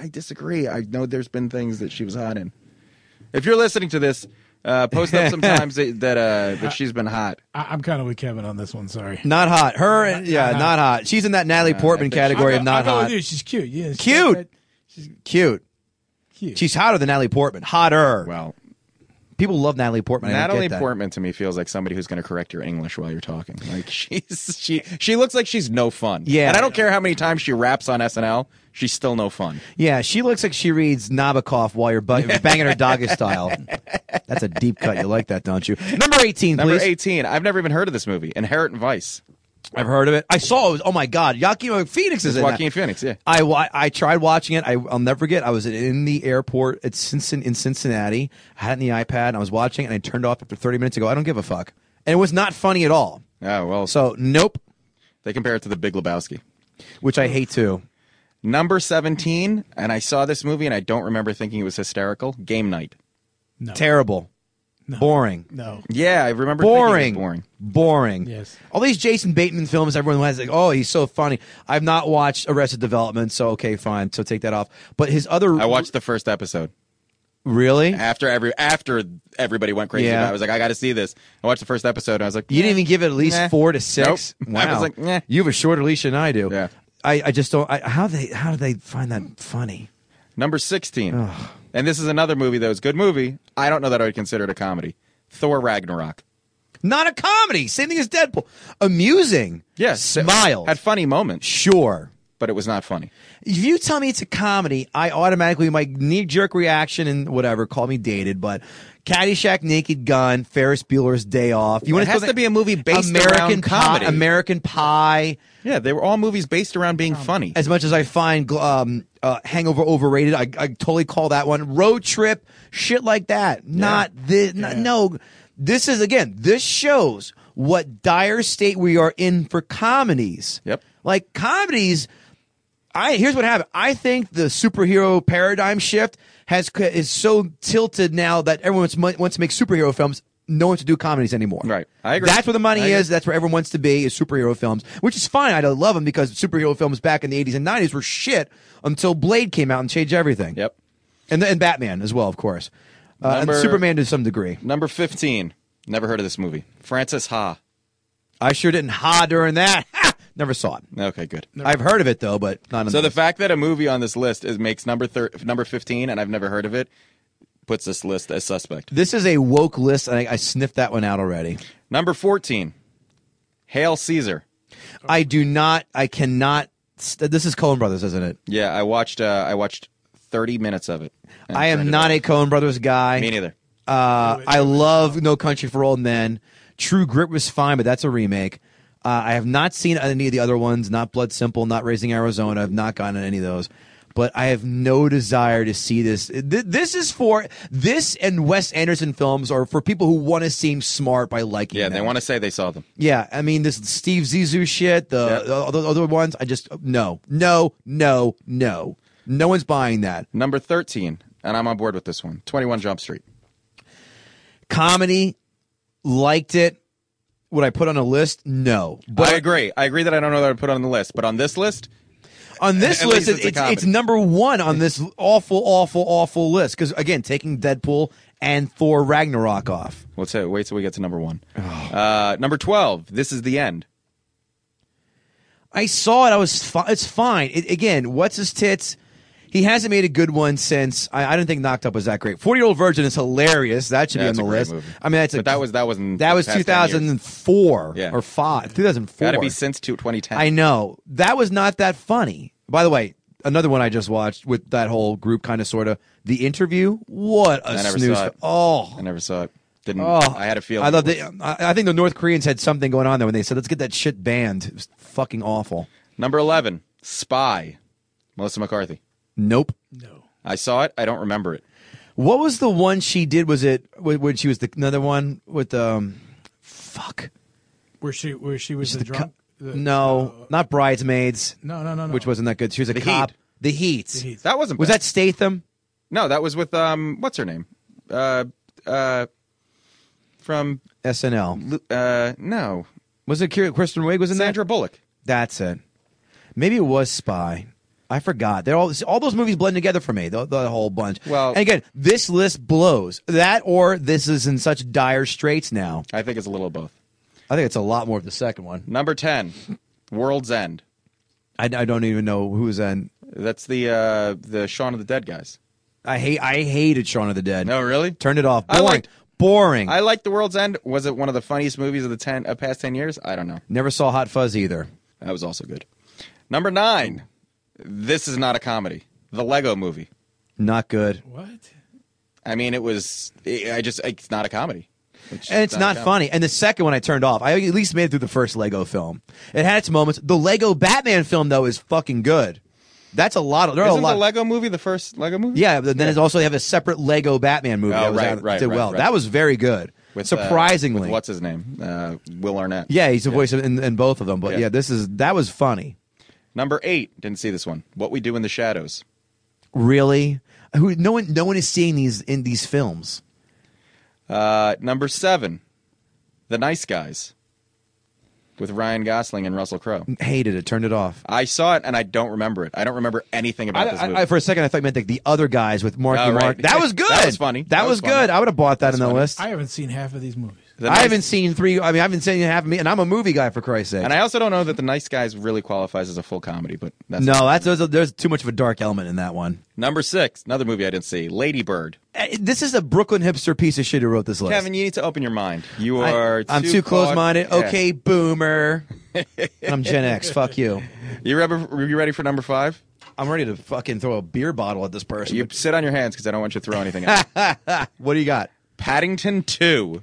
D: I disagree. I know there's been things that she was hot in. If you're listening to this, uh, post *laughs* up sometimes that that, uh, that she's been hot.
E: I, I'm kind of with Kevin on this one. Sorry.
C: Not hot. Her, yeah, not, hot. She's in that Natalie Portman category
E: I'll
C: of
E: go-
C: not
E: I'll go with
C: hot.
E: you. She's cute. Yeah, she's
C: Cute.
E: got that-
C: Cute.
E: Cute.
C: She's hotter than Natalie Portman. Hotter.
D: Well,
C: People love Natalie Portman. I don't
D: Natalie
C: get that.
D: Portman to me feels like somebody who's going to correct your English while you're talking. Like *laughs* she's she she looks like she's no fun.
C: Yeah.
D: and I don't care how many times she raps on SNL, she's still no fun.
C: Yeah, she looks like she reads Nabokov while you're bu-
D: *laughs*
C: banging her doggy style. That's a deep cut. You like that, don't you? Number 18,
D: Number
C: please.
D: eighteen, I've never even heard of this movie, Inherent Vice.
C: I've heard of it. I saw it. Was, oh, my God. Joaquin Phoenix is in
D: Joaquin
C: that.
D: Phoenix, yeah.
C: I, wa- I tried watching it. I, I'll never forget. I was in the airport at Cincinnati, in Cincinnati. I had it in the iPad and I was watching it and I turned off after 30 minutes ago. I don't give a fuck. And it was not funny at all.
D: Oh well, so
C: So, nope,
D: they compare it to The Big Lebowski.
C: which I hate too.
D: Number seventeen, and I saw this movie and I don't remember thinking it was hysterical. Game Night.
E: No.
C: Terrible. Boring.
E: No.
D: Yeah, I remember thinking it was
C: boring,
D: boring.
C: boring.
E: Yes.
C: All these Jason Bateman films, everyone has like, oh, he's so funny. I've not watched Arrested Development, so okay, fine. So take that off. But his other,
D: I watched the first episode
C: really.
D: after every after everybody went crazy.
C: Yeah.
D: about it, I was like, I got to see this. I watched the first episode. and I was like,
C: You didn't even give it at least
D: Nah.
C: four to six.
D: Nope.
C: Wow,
D: I was like, nah.
C: you have a shorter leash than I do.
D: Yeah.
C: I, I just don't. I, how they how do they find that funny?
D: Number 16. And this is another movie that was a good movie. I don't know that I would consider it a comedy. Thor Ragnarok.
C: Not a comedy. Same thing as Deadpool. Amusing.
D: Yes. it
C: Smile.
D: Had funny moments,
C: Sure.
D: but it was not funny.
C: If you tell me it's a comedy, I automatically my knee jerk reaction and whatever call me dated, but Caddyshack, Naked Gun, Ferris Bueller's Day Off. You
D: It
C: wanna
D: has
C: throw
D: to
C: that-
D: be a movie based
C: American
D: around
C: Pie-
D: comedy.
C: American Pie.
D: Yeah, they were all movies based around being
C: Um,
D: funny.
C: As much as I find gl- um, uh, Hangover overrated, I, I totally call that one road trip shit like that. Not this. no, this is again. This shows what dire state we are in for comedies.
D: Yep.
C: Like comedies. I here's what happened. I think the superhero paradigm shift has c- is so tilted now that everyone wants, mon- wants to make superhero films. No one to do comedies anymore.
D: Right. I agree.
C: That's where the
D: I
C: money
D: agree.
C: is. That's where everyone wants to be is superhero films, which is fine. I don't love them because superhero films back in the 80s and 90s were shit until Blade came out and changed everything.
D: Yep.
C: And, and Batman as well, of course. Uh, and
D: Number-
C: Superman to some degree.
D: Number 15. Never heard of this movie. Francis Ha.
C: I sure didn't ha during that. *laughs* Never saw it.
D: Okay, good.
C: I've heard of it though, but not
D: So the fact that a movie on this list is makes number thir- number 15 and I've never heard of it puts this list as suspect.
C: this is a woke list, and I, I sniffed that one out already.
D: Number 14. Hail Caesar.
C: I do not. I cannot. St- this is Cohen Brothers, isn't it?
D: Yeah, I watched uh, I watched 30 minutes of it. and
C: I am
D: turned it
C: not
D: off.
C: a Cohen Brothers guy.
D: Me neither.
C: Uh, I love No Country for Old Men. True Grit was fine, but that's a remake. Uh, I have not seen any of the other ones. Not Blood Simple. Not Raising Arizona. I've not gotten any of those. But I have no desire to see this. Th- this is for this and Wes Anderson films are for people who want to seem smart by liking.
D: Yeah,
C: them.
D: they want to say they saw them.
C: Yeah, I mean this Steve Zissou shit, the,
D: Yeah.
C: the other ones. I just no, no, no, no. No one's buying that
D: Number 13, and I'm on board with this one 21 Jump Street.
C: comedy. Liked it. Would I put on a list? No,
D: But I
C: but
D: agree. I agree that I don't know that I'd put it on the list, but on this list,
C: on this
D: At
C: list,
D: least
C: it's,
D: it's a
C: it's,
D: comedy.
C: it's number one on this awful, awful, awful list. Because again, taking Deadpool and Thor Ragnarok off.
D: we'll say, wait till we get to number one.
C: Oh.
D: Uh, number 12, This is the End.
C: I saw it. I was. Fi- it's fine. It, again, what's his tits? He hasn't made a good one since. I, I didn't think Knocked Up was that great. Forty Year Old Virgin is hilarious. That should
D: Yeah,
C: be on
D: it's
C: the
D: a great
C: list.
D: movie.
C: I mean, that's a,
D: But that was- that was in
C: that
D: the
C: was
D: past 10
C: two
D: years.
C: thousand four
D: Yeah.
C: or five. Two thousand four.
D: Got to be since two- 2010.
C: I know that was not that funny. By the way, another one I just watched with that whole group, kind of, sort of, the interview. What a
D: I never
C: snooze!
D: saw it.
C: Oh,
D: I never saw it. Didn't.
C: Oh,
D: I had a feeling.
C: I love
D: it
C: the. I, I think the North Koreans had something going on there when they said, "Let's get that shit banned." It was fucking awful.
D: Number 11, Spy. Melissa McCarthy.
C: Nope.
E: No.
D: I saw it. I don't remember it.
C: What was the one she did? Was it when when she was the another one with um, fuck
E: Where she where she was the
C: the
E: drunk.
C: co-
E: the- uh,
C: no, not bridesmaids,
E: No. No. No. No.
C: which wasn't that good. She was a
D: The
C: cop.
D: Heat.
C: The Heat.
E: Heat.
D: That wasn't.
C: Was
D: bad.
C: that Statham?
D: No, that was with um. What's her name? Uh, uh, from
C: SNL.
D: Lu- uh no
C: Was it Kira- Kristen Wiig? Was in that?
D: Sandra Bullock.
C: That's it. Maybe it was Spy. I forgot. They're all all those movies blend together for me. The, the whole bunch.
D: Well-
C: and again, this list blows. That or this is in such dire straits now.
D: I think it's a little of both.
C: I think it's a lot more of the second one.
D: Number ten, World's End.
C: I, I don't even know who's in.
D: That's the uh the Shaun of the Dead guys.
C: I hate. I hated Shaun of the Dead.
D: No, Oh, really?
C: Turned it off.
D: I
C: Boring.
D: liked-
C: boring.
D: I like The World's End. Was it one of the funniest movies of the ten uh, past ten years? I don't know.
C: Never saw Hot Fuzz either.
D: That was also good. Number nine. This is not a comedy. The Lego Movie.
C: Not good.
E: What?
D: I mean, it was. I just. It's not a comedy. It's
C: And it's not
D: a comedy.
C: funny. And the second one I turned off. I at least made it through the first Lego film. It had its moments. The Lego Batman film though is fucking good. That's a lot of there are
D: Isn't
C: a lot.
D: the Lego Movie the first Lego movie?
C: yeah, but then it's also they have a separate Lego Batman movie
D: Oh,
C: that was
D: right,
C: out-
D: right,
C: did
D: right,
C: well.
D: right.
C: That was very good.
D: uh,
C: Surprisingly.
D: with what's his name? Uh, Will Arnett.
C: yeah, he's the voice in, in both of them. But yeah.
D: Yeah.
C: this is that was funny.
D: Number eight. Didn't see this one. What We Do in the Shadows.
C: Really? Who no one no one is seeing these in these films.
D: Uh, number seven. The Nice Guys. With Ryan Gosling and Russell Crowe.
C: Hated it, turned it off.
D: I saw it and I don't remember it. I don't remember anything about
C: I,
D: this movie.
C: I- I- for a second, I thought you meant like the other guys with Marky
D: Oh, right.
C: Mark.
D: *laughs*
C: That was good.
D: That was funny.
C: That,
D: That
C: was,
D: was
C: good.
D: funny.
C: I would have bought that in the list.
E: I
C: I,
E: haven't seen half of these movies.
D: The Nice-
C: haven't seen three. I mean, I haven't seen half of me, and I'm a movie guy for Christ's sake.
D: And I also don't know that The Nice Guys really qualifies as a full comedy, but that's
C: no, that's there's, there's too much of a dark element in that one.
D: Number six, another movie I didn't see, Lady Bird.
C: Uh, This is a Brooklyn hipster piece of shit who wrote this list.
D: Kevin, you need to open your mind. You
C: I,
D: are.
C: am too
D: caught-
C: close-minded.
D: Yeah.
C: Okay, *laughs* boomer. I'm Gen X. Fuck you.
D: you ready? You ready for number five?
C: I'm ready to fucking throw a beer bottle at this person.
D: You sit on your hands because I don't want you to throw
C: *laughs*
D: anything. at me.
C: what do you got?
D: Paddington Two.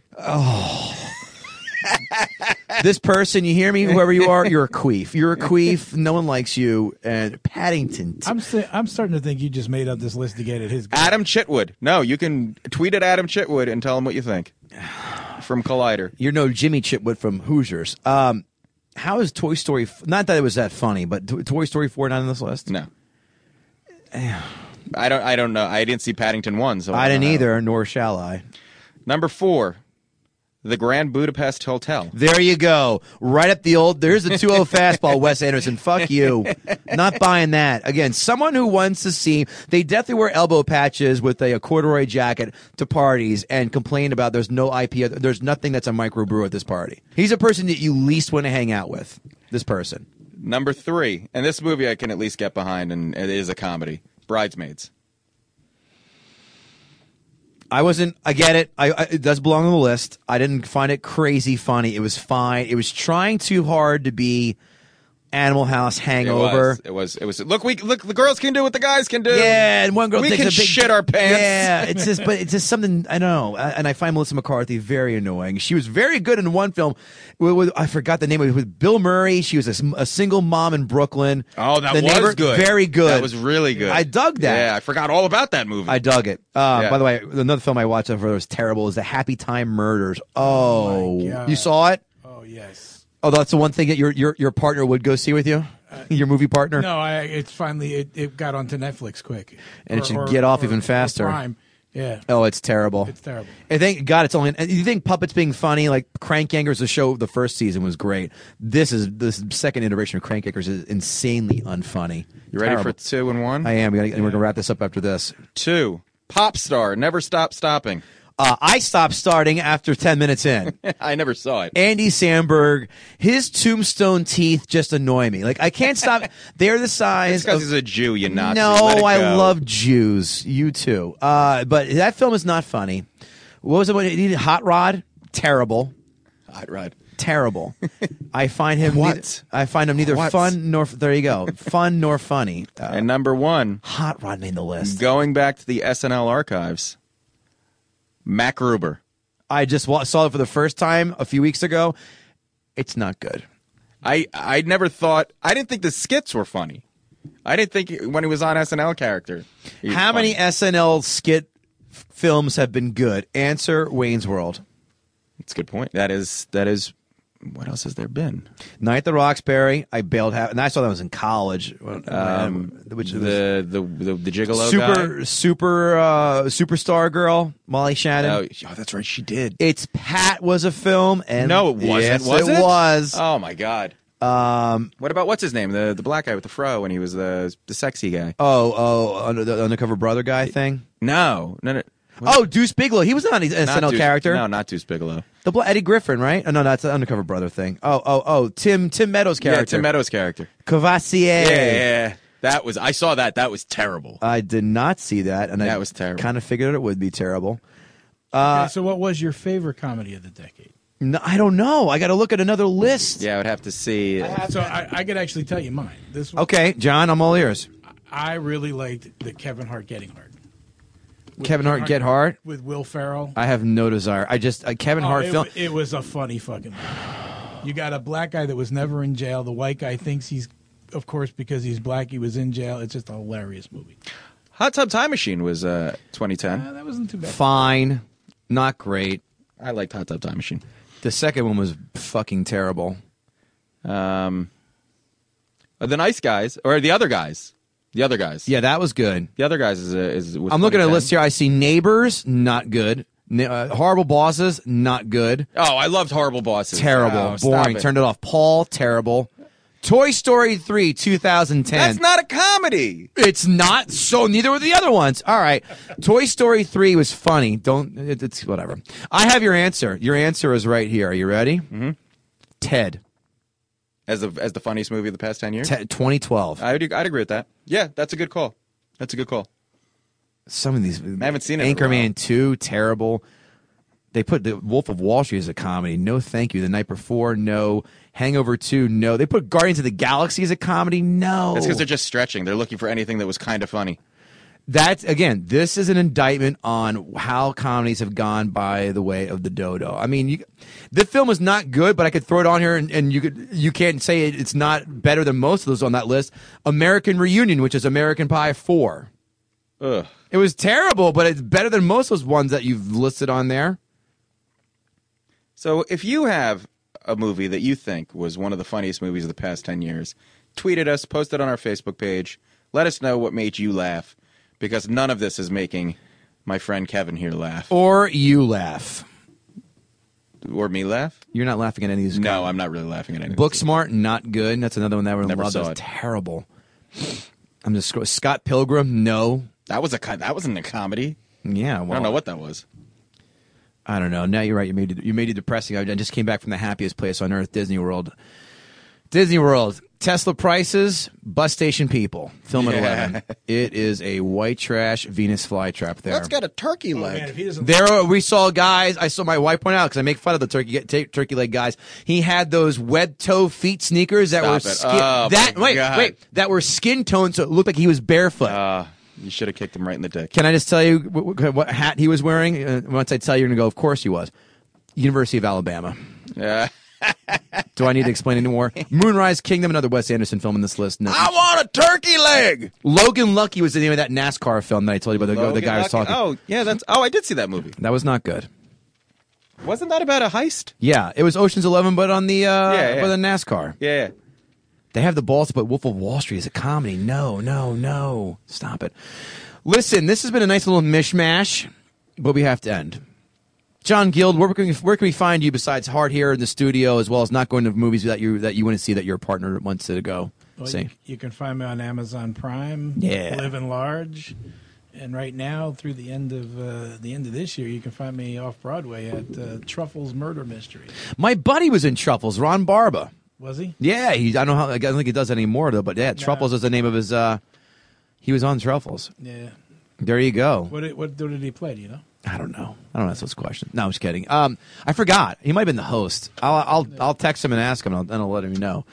C: this person, you hear me? Whoever you are, you're a queef. You're a queef. No one likes you. And Paddington.
E: I'm st- I'm starting to think you just made up this list to get at his.
C: Ah.
D: Adam Chitwood. No, you can tweet at Adam Chitwood and tell him what you think. From Collider.
C: You're no Jimmy Chipwood from Hoosiers. Um, how is Toy Story? F- not that it was that funny, but T- Toy Story four not on this list.
D: No. I don't. I don't know. I didn't see Paddington One, so
C: I
D: don't
C: didn't
D: know.
C: either, nor shall I.
D: Number four, The Grand Budapest Hotel.
C: There you go. Right up the old. There's the 2 0 fastball, Wes Anderson. Fuck you. Not buying that. Again, someone who wants to see. They definitely wear elbow patches with a, a corduroy jacket to parties and complain about there's no IP. There's nothing that's a microbrew at this party. He's a person that you least want to hang out with. This person.
D: Number three, and this movie I can at least get behind, and it is a comedy. Bridesmaids.
C: I wasn't. I get it. I, I it does belong on the list. I didn't find it crazy funny. It was fine. It was trying too hard to be Animal House Hangover.
D: It was. It was. It was look, we look. The girls can do what the guys can do.
C: Yeah, and one girl
D: We
C: takes
D: can
C: a big
D: shit our pants.
C: Yeah, it's just, but it's just something I don't know. Uh, And I find Melissa McCarthy very annoying. She was very good in one film. With, with- I forgot the name of it. With Bill Murray, she was a, s- a single mom in Brooklyn.
D: Oh, that
C: The
D: was
C: neighbor-
D: good.
C: Very good.
D: That was really good.
C: I dug that.
D: Yeah, I forgot all about that movie.
C: I dug it. Uh,
D: Yeah.
C: By the way, another film I watched over was terrible is the Happy Time Murders. Oh,
E: my God.
C: you saw it?
E: Oh yes.
C: Oh, that's the one thing that your your your partner would go see with you, your movie *laughs* partner.
E: No, I, it's finally it, it got onto Netflix quick,
C: And it should get off even faster.
E: Prime. Yeah,
C: Oh, it's terrible.
E: it's terrible.
C: I thank God it's only. and You think puppets being funny, like Crank Anchors, the show, the first season was great. This is this second iteration of Crank Anchors is insanely unfunny.
D: You ready
C: Terrible.
D: for two and one?
C: I am. We gotta- and We're gonna wrap this up after this.
D: two. Pop star. Never stop stopping. *laughs*
C: Uh, I stopped starting after ten minutes in.
D: I never saw it.
C: Andy Sandberg, his tombstone teeth just annoy me. Like I can't
D: *laughs*
C: stop. They're the size.
D: because
C: of-
D: he's a Jew. You Nazi. Let it
C: No, I
D: go.
C: love Jews. You too. Uh, but that film is not funny. What was it? What, he did Hot Rod. Terrible.
D: Hot Rod. *laughs*
C: Terrible. I find him.
D: What?
C: neith- I find him neither
D: What?
C: fun nor. There you go. fun nor funny. Uh,
D: And number one,
C: Hot Rod made the list.
D: going back to the SNL archives, Mac Ruber.
C: I just wa- saw it for the first time a few weeks ago. It's not good.
D: I I never thought I didn't think the skits were funny. I didn't think when he was on SNL character. he was
C: How many
D: funny.
C: SNL skit f- films have been good? Answer: Wayne's World,
D: That's a good point. That is that is. What else has there been?
C: Night at the Roxbury. I bailed half, and I saw that was in college. Um, which was-
D: The the the, the gigolo
C: super
D: guy?
C: super uh superstar girl molly shannon
D: Oh, yeah, that's right. She did.
C: it's pat was a film and
D: no, it wasn't.
C: Yes,
D: was
C: it,
D: it?
C: was
D: Oh my god. Um. What about what's his name? The the black guy with the fro, and he was the the sexy guy.
C: oh oh under the undercover brother guy thing
D: No, no, no.
C: oh deuce bigelow he was not an
D: Not
C: snl
D: Deuce-
C: character
D: No, not Deuce Bigelow.
C: the bla- eddie griffin right oh no that's the undercover brother thing oh oh oh tim tim meadows character
D: Yeah, Tim Meadows' character.
C: Cavassier.
D: Yeah, yeah, yeah. that was. I
C: Uh,
D: saw that. That was terrible.
C: i did not see that and i
D: That was terrible.
C: kind of figured it would be terrible
E: Okay, so what was your favorite comedy of the decade?
C: No, I don't know. I got to look at another list.
D: Yeah, I would have to see.
E: So I, I could actually tell you mine. This one,
C: Okay, John, I'm all ears.
E: I really liked the Kevin Hart Getting Hard. With
C: Kevin Hart, Get Hard.
E: with Will Ferrell.
C: I have no desire. I just uh, Kevin
E: Oh,
C: Hart
E: it,
C: film.
E: wa- it was a funny fucking. Movie. You got a black guy that was never in jail. The white guy thinks he's, of course, because he's black, he was in jail. It's just a hilarious movie.
D: Hot Tub Time Machine was uh, 2010.
E: Uh, that wasn't too bad.
C: Fine, not great.
D: I liked Hot Tub Time Machine.
C: The second one was fucking terrible.
D: Uh, The Nice Guys or the other guys. The other guys.
C: Yeah, that was good.
D: The other guys is a, is. was
C: I'm looking at a
D: 2010.
C: list here. I see Neighbors, not good. Ne- uh, horrible Bosses, not good.
D: Oh, I loved Horrible Bosses.
C: Terrible,
D: Oh, stop
C: boring.
D: it.
C: Turned it off. Paul, terrible. Toy Story 3, 2010.
D: That's not a comedy.
C: It's not. So neither were the other ones. All right. Toy Story 3 was funny. Don't. It, it's whatever. I have your answer. Your answer is right here. Are you ready? Mm-hmm. Ted.
D: As the as the funniest movie of the past ten years.
C: Ted 2012.
D: I would I'd agree with that. Yeah, that's a good call. That's a good call.
C: Some of these.
D: I haven't seen it in a
C: Anchorman
D: while.
C: 2, terrible. They put The Wolf of Wall Street as a comedy. No, thank you. The night before, no. Hangover 2, no. They put Guardians of the Galaxy as a comedy. No.
D: That's because they're just stretching. They're looking for anything that was kind of funny.
C: that's again this is an indictment on how comedies have gone by the way of the dodo i mean you, the film was not good but i could throw it on here and, and you could you can't say it, it's not better than most of those on that list american reunion which is american pie 4
D: Ugh.
C: it was terrible but it's better than most of those ones that you've listed on there
D: So if you have a movie that you think was one of the funniest movies of the past 10 years, tweet at us, post it on our Facebook page. Let us know what made you laugh because none of this is making my friend Kevin here laugh
C: or you laugh
D: or me laugh.
C: you're not laughing at any of these
D: No, I'm not really laughing at anything.
C: Booksmart, not good. That's another one that everyone
D: Never
C: loved.
D: saw
C: That's
D: it.
C: terrible. I'm just scroll- Scott Pilgrim. No,
D: That was a co- that wasn't a comedy.
C: yeah. Well,
D: I don't know what that was.
C: I don't know. Now you're right. You made it, you made it depressing. I just came back from the happiest place on earth, Disney World. Disney World, Tesla prices, bus station people. Film at eleven. It is a white trash Venus flytrap. There.
D: That's got a turkey
E: Oh,
D: leg.
E: man, if he doesn't
C: There are- we saw guys. I saw my wife point out because I make fun of the turkey ta- turkey leg guys. He had those web toe feet sneakers that
D: Stop
C: were
D: it.
C: skin
D: Oh,
C: that
D: my
C: wait
D: God. Oh.
C: wait that were skin toned, so it looked like he was barefoot.
D: Uh, you should have kicked him right in the dick.
C: Can I just tell you what, what, what hat he was wearing? Uh, once I tell you, you're gonna go. Of course he was. University of Alabama.
D: Yeah.
C: Do I need to explain any
D: *laughs*
C: more? Moonrise Kingdom, another Wes Anderson film in this list. No.
D: I want a turkey leg.
C: Logan Lucky was the name of that NASCAR film that I told you about. The, the guy I was
D: Logan
C: talking.
D: Lucky- Oh, yeah, that's Oh, I did see that movie.
C: That was not good.
D: Wasn't that about a heist?
C: Yeah, it was Ocean's Eleven, but on the uh,
D: Yeah, yeah.
C: but on NASCAR.
D: Yeah. yeah.
C: They have the balls to put Wolf of Wall Street as a comedy. No, no, no. Stop it. Listen, this has been a nice little mishmash, but we have to end. John Guild, where can we, where can we find you besides hard here in the studio, as well as not going to movies that you that you want to see that your partner wants to go
E: Well,
C: see?
E: You, you can find me on Amazon Prime.
C: Yeah.
E: Living large. And right now, through the end of uh, the end of this year, you can find me off Broadway at uh, Truffles Murder Mystery.
C: My buddy was in Truffles, Ron Barba.
E: Was he?
C: Yeah, he, I don't know how. I don't think he does anymore though. But yeah, Truffles is the name of his. uh He was on Truffles.
E: Yeah.
C: There you go.
E: What did, what did he play? Do you know?
C: I don't know. I don't ask those questions. No, I'm just kidding. Um, I forgot. He might have been the host. I'll I'll, I'll text him and ask him, and I'll, and I'll let him know.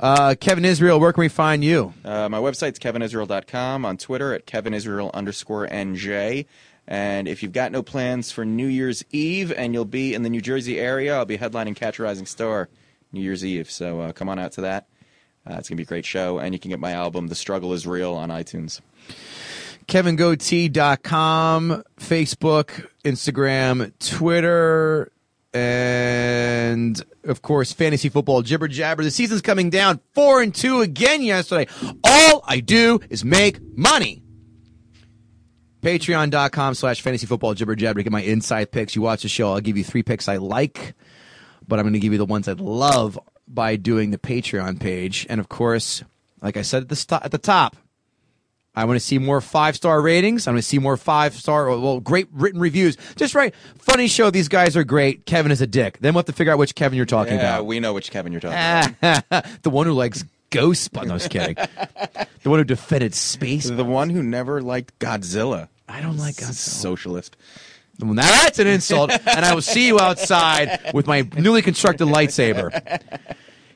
C: Uh, Kevin Israel, where can we find you?
D: Uh, my website's kevinisrael.com. On Twitter at kevinisrael underscore nj. And if you've got no plans for New Year's Eve and you'll be in the New Jersey area, I'll be headlining Catch a Rising Star New Year's Eve. So uh, come on out to that. Uh, it's going to be a great show. And you can get my album, The Struggle is Real, on iTunes.
C: KevinGoatee.com, Facebook, Instagram, Twitter, and of course, fantasy football jibber jabber. The season's coming down four and two again yesterday. All I do is make money. Patreon.com slash fantasy football jibber jabber to get my inside picks. You watch the show, I'll give you three picks I like, but I'm going to give you the ones I love by doing the Patreon page. And of course, like I said at the, st- at the top, I want to see more five star ratings. I want to see more five star, well, great written reviews. Just write, funny show. These guys are great. Kevin is a dick. Then we'll have to figure out which Kevin you're talking
D: Yeah,
C: about.
D: we know which Kevin you're talking
C: Ah. *laughs* the one who likes ghosts. But no, I was kidding. the one who defended space.
D: about. The one who never liked Godzilla.
C: I don't like
D: S-
C: Godzilla.
D: Socialist.
C: Well, now that's an insult, and I will see you outside with my newly constructed lightsaber.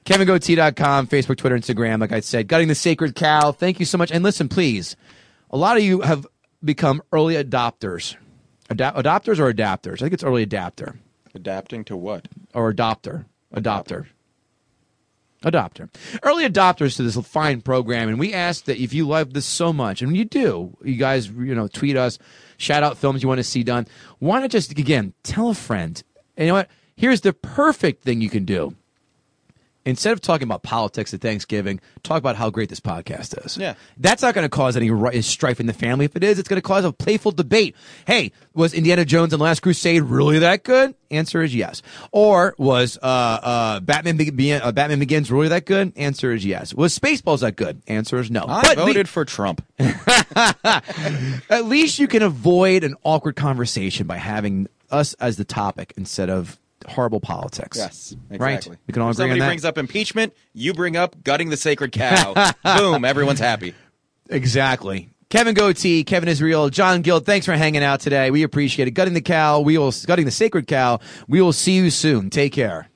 C: KevinGoatee.com, Facebook, Twitter, Instagram, like I said. Gutting the Sacred Cow, thank you so much. And listen, please, a lot of you have become early adopters. Ada- adopters or adapters? I think it's early adapter
D: Adapting to what?
C: or adopter. Adopter. Adopter. Early adopters to this fine program, and we ask that if you love this so much, and you do, you guys, you know, tweet us, shout out films you want to see done. Why not just again tell a friend? And you know what? Here's the perfect thing you can do. Instead of talking about politics at Thanksgiving, talk about how great this podcast is.
D: Yeah.
C: That's not going to cause any ri- strife in the family. If it is, it's going to cause a playful debate. Hey, was Indiana Jones and the Last Crusade really that good? Answer is yes. Or was uh, uh, Batman, Be- Be- uh, Batman Begins really that good? Answer is yes. Was Spaceballs that good? Answer is no.
D: I
C: But we-
D: voted for Trump.
C: at least you can avoid an awkward conversation by having us as the topic instead of horrible politics.
D: *laughs* Yes, exactly.
C: Right? We can all
D: If
C: agree
D: somebody
C: on that.
D: brings up impeachment, you bring up gutting the
C: *laughs*
D: sacred cow. Boom, everyone's happy.
C: Exactly. Kevin Goatee, Kevin Israel, John Guild, thanks for hanging out today. We appreciate it. Gutting the cow, we will gutting the sacred cow. We will see you soon. Take care.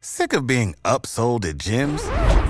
F: Sick of being upsold at gyms?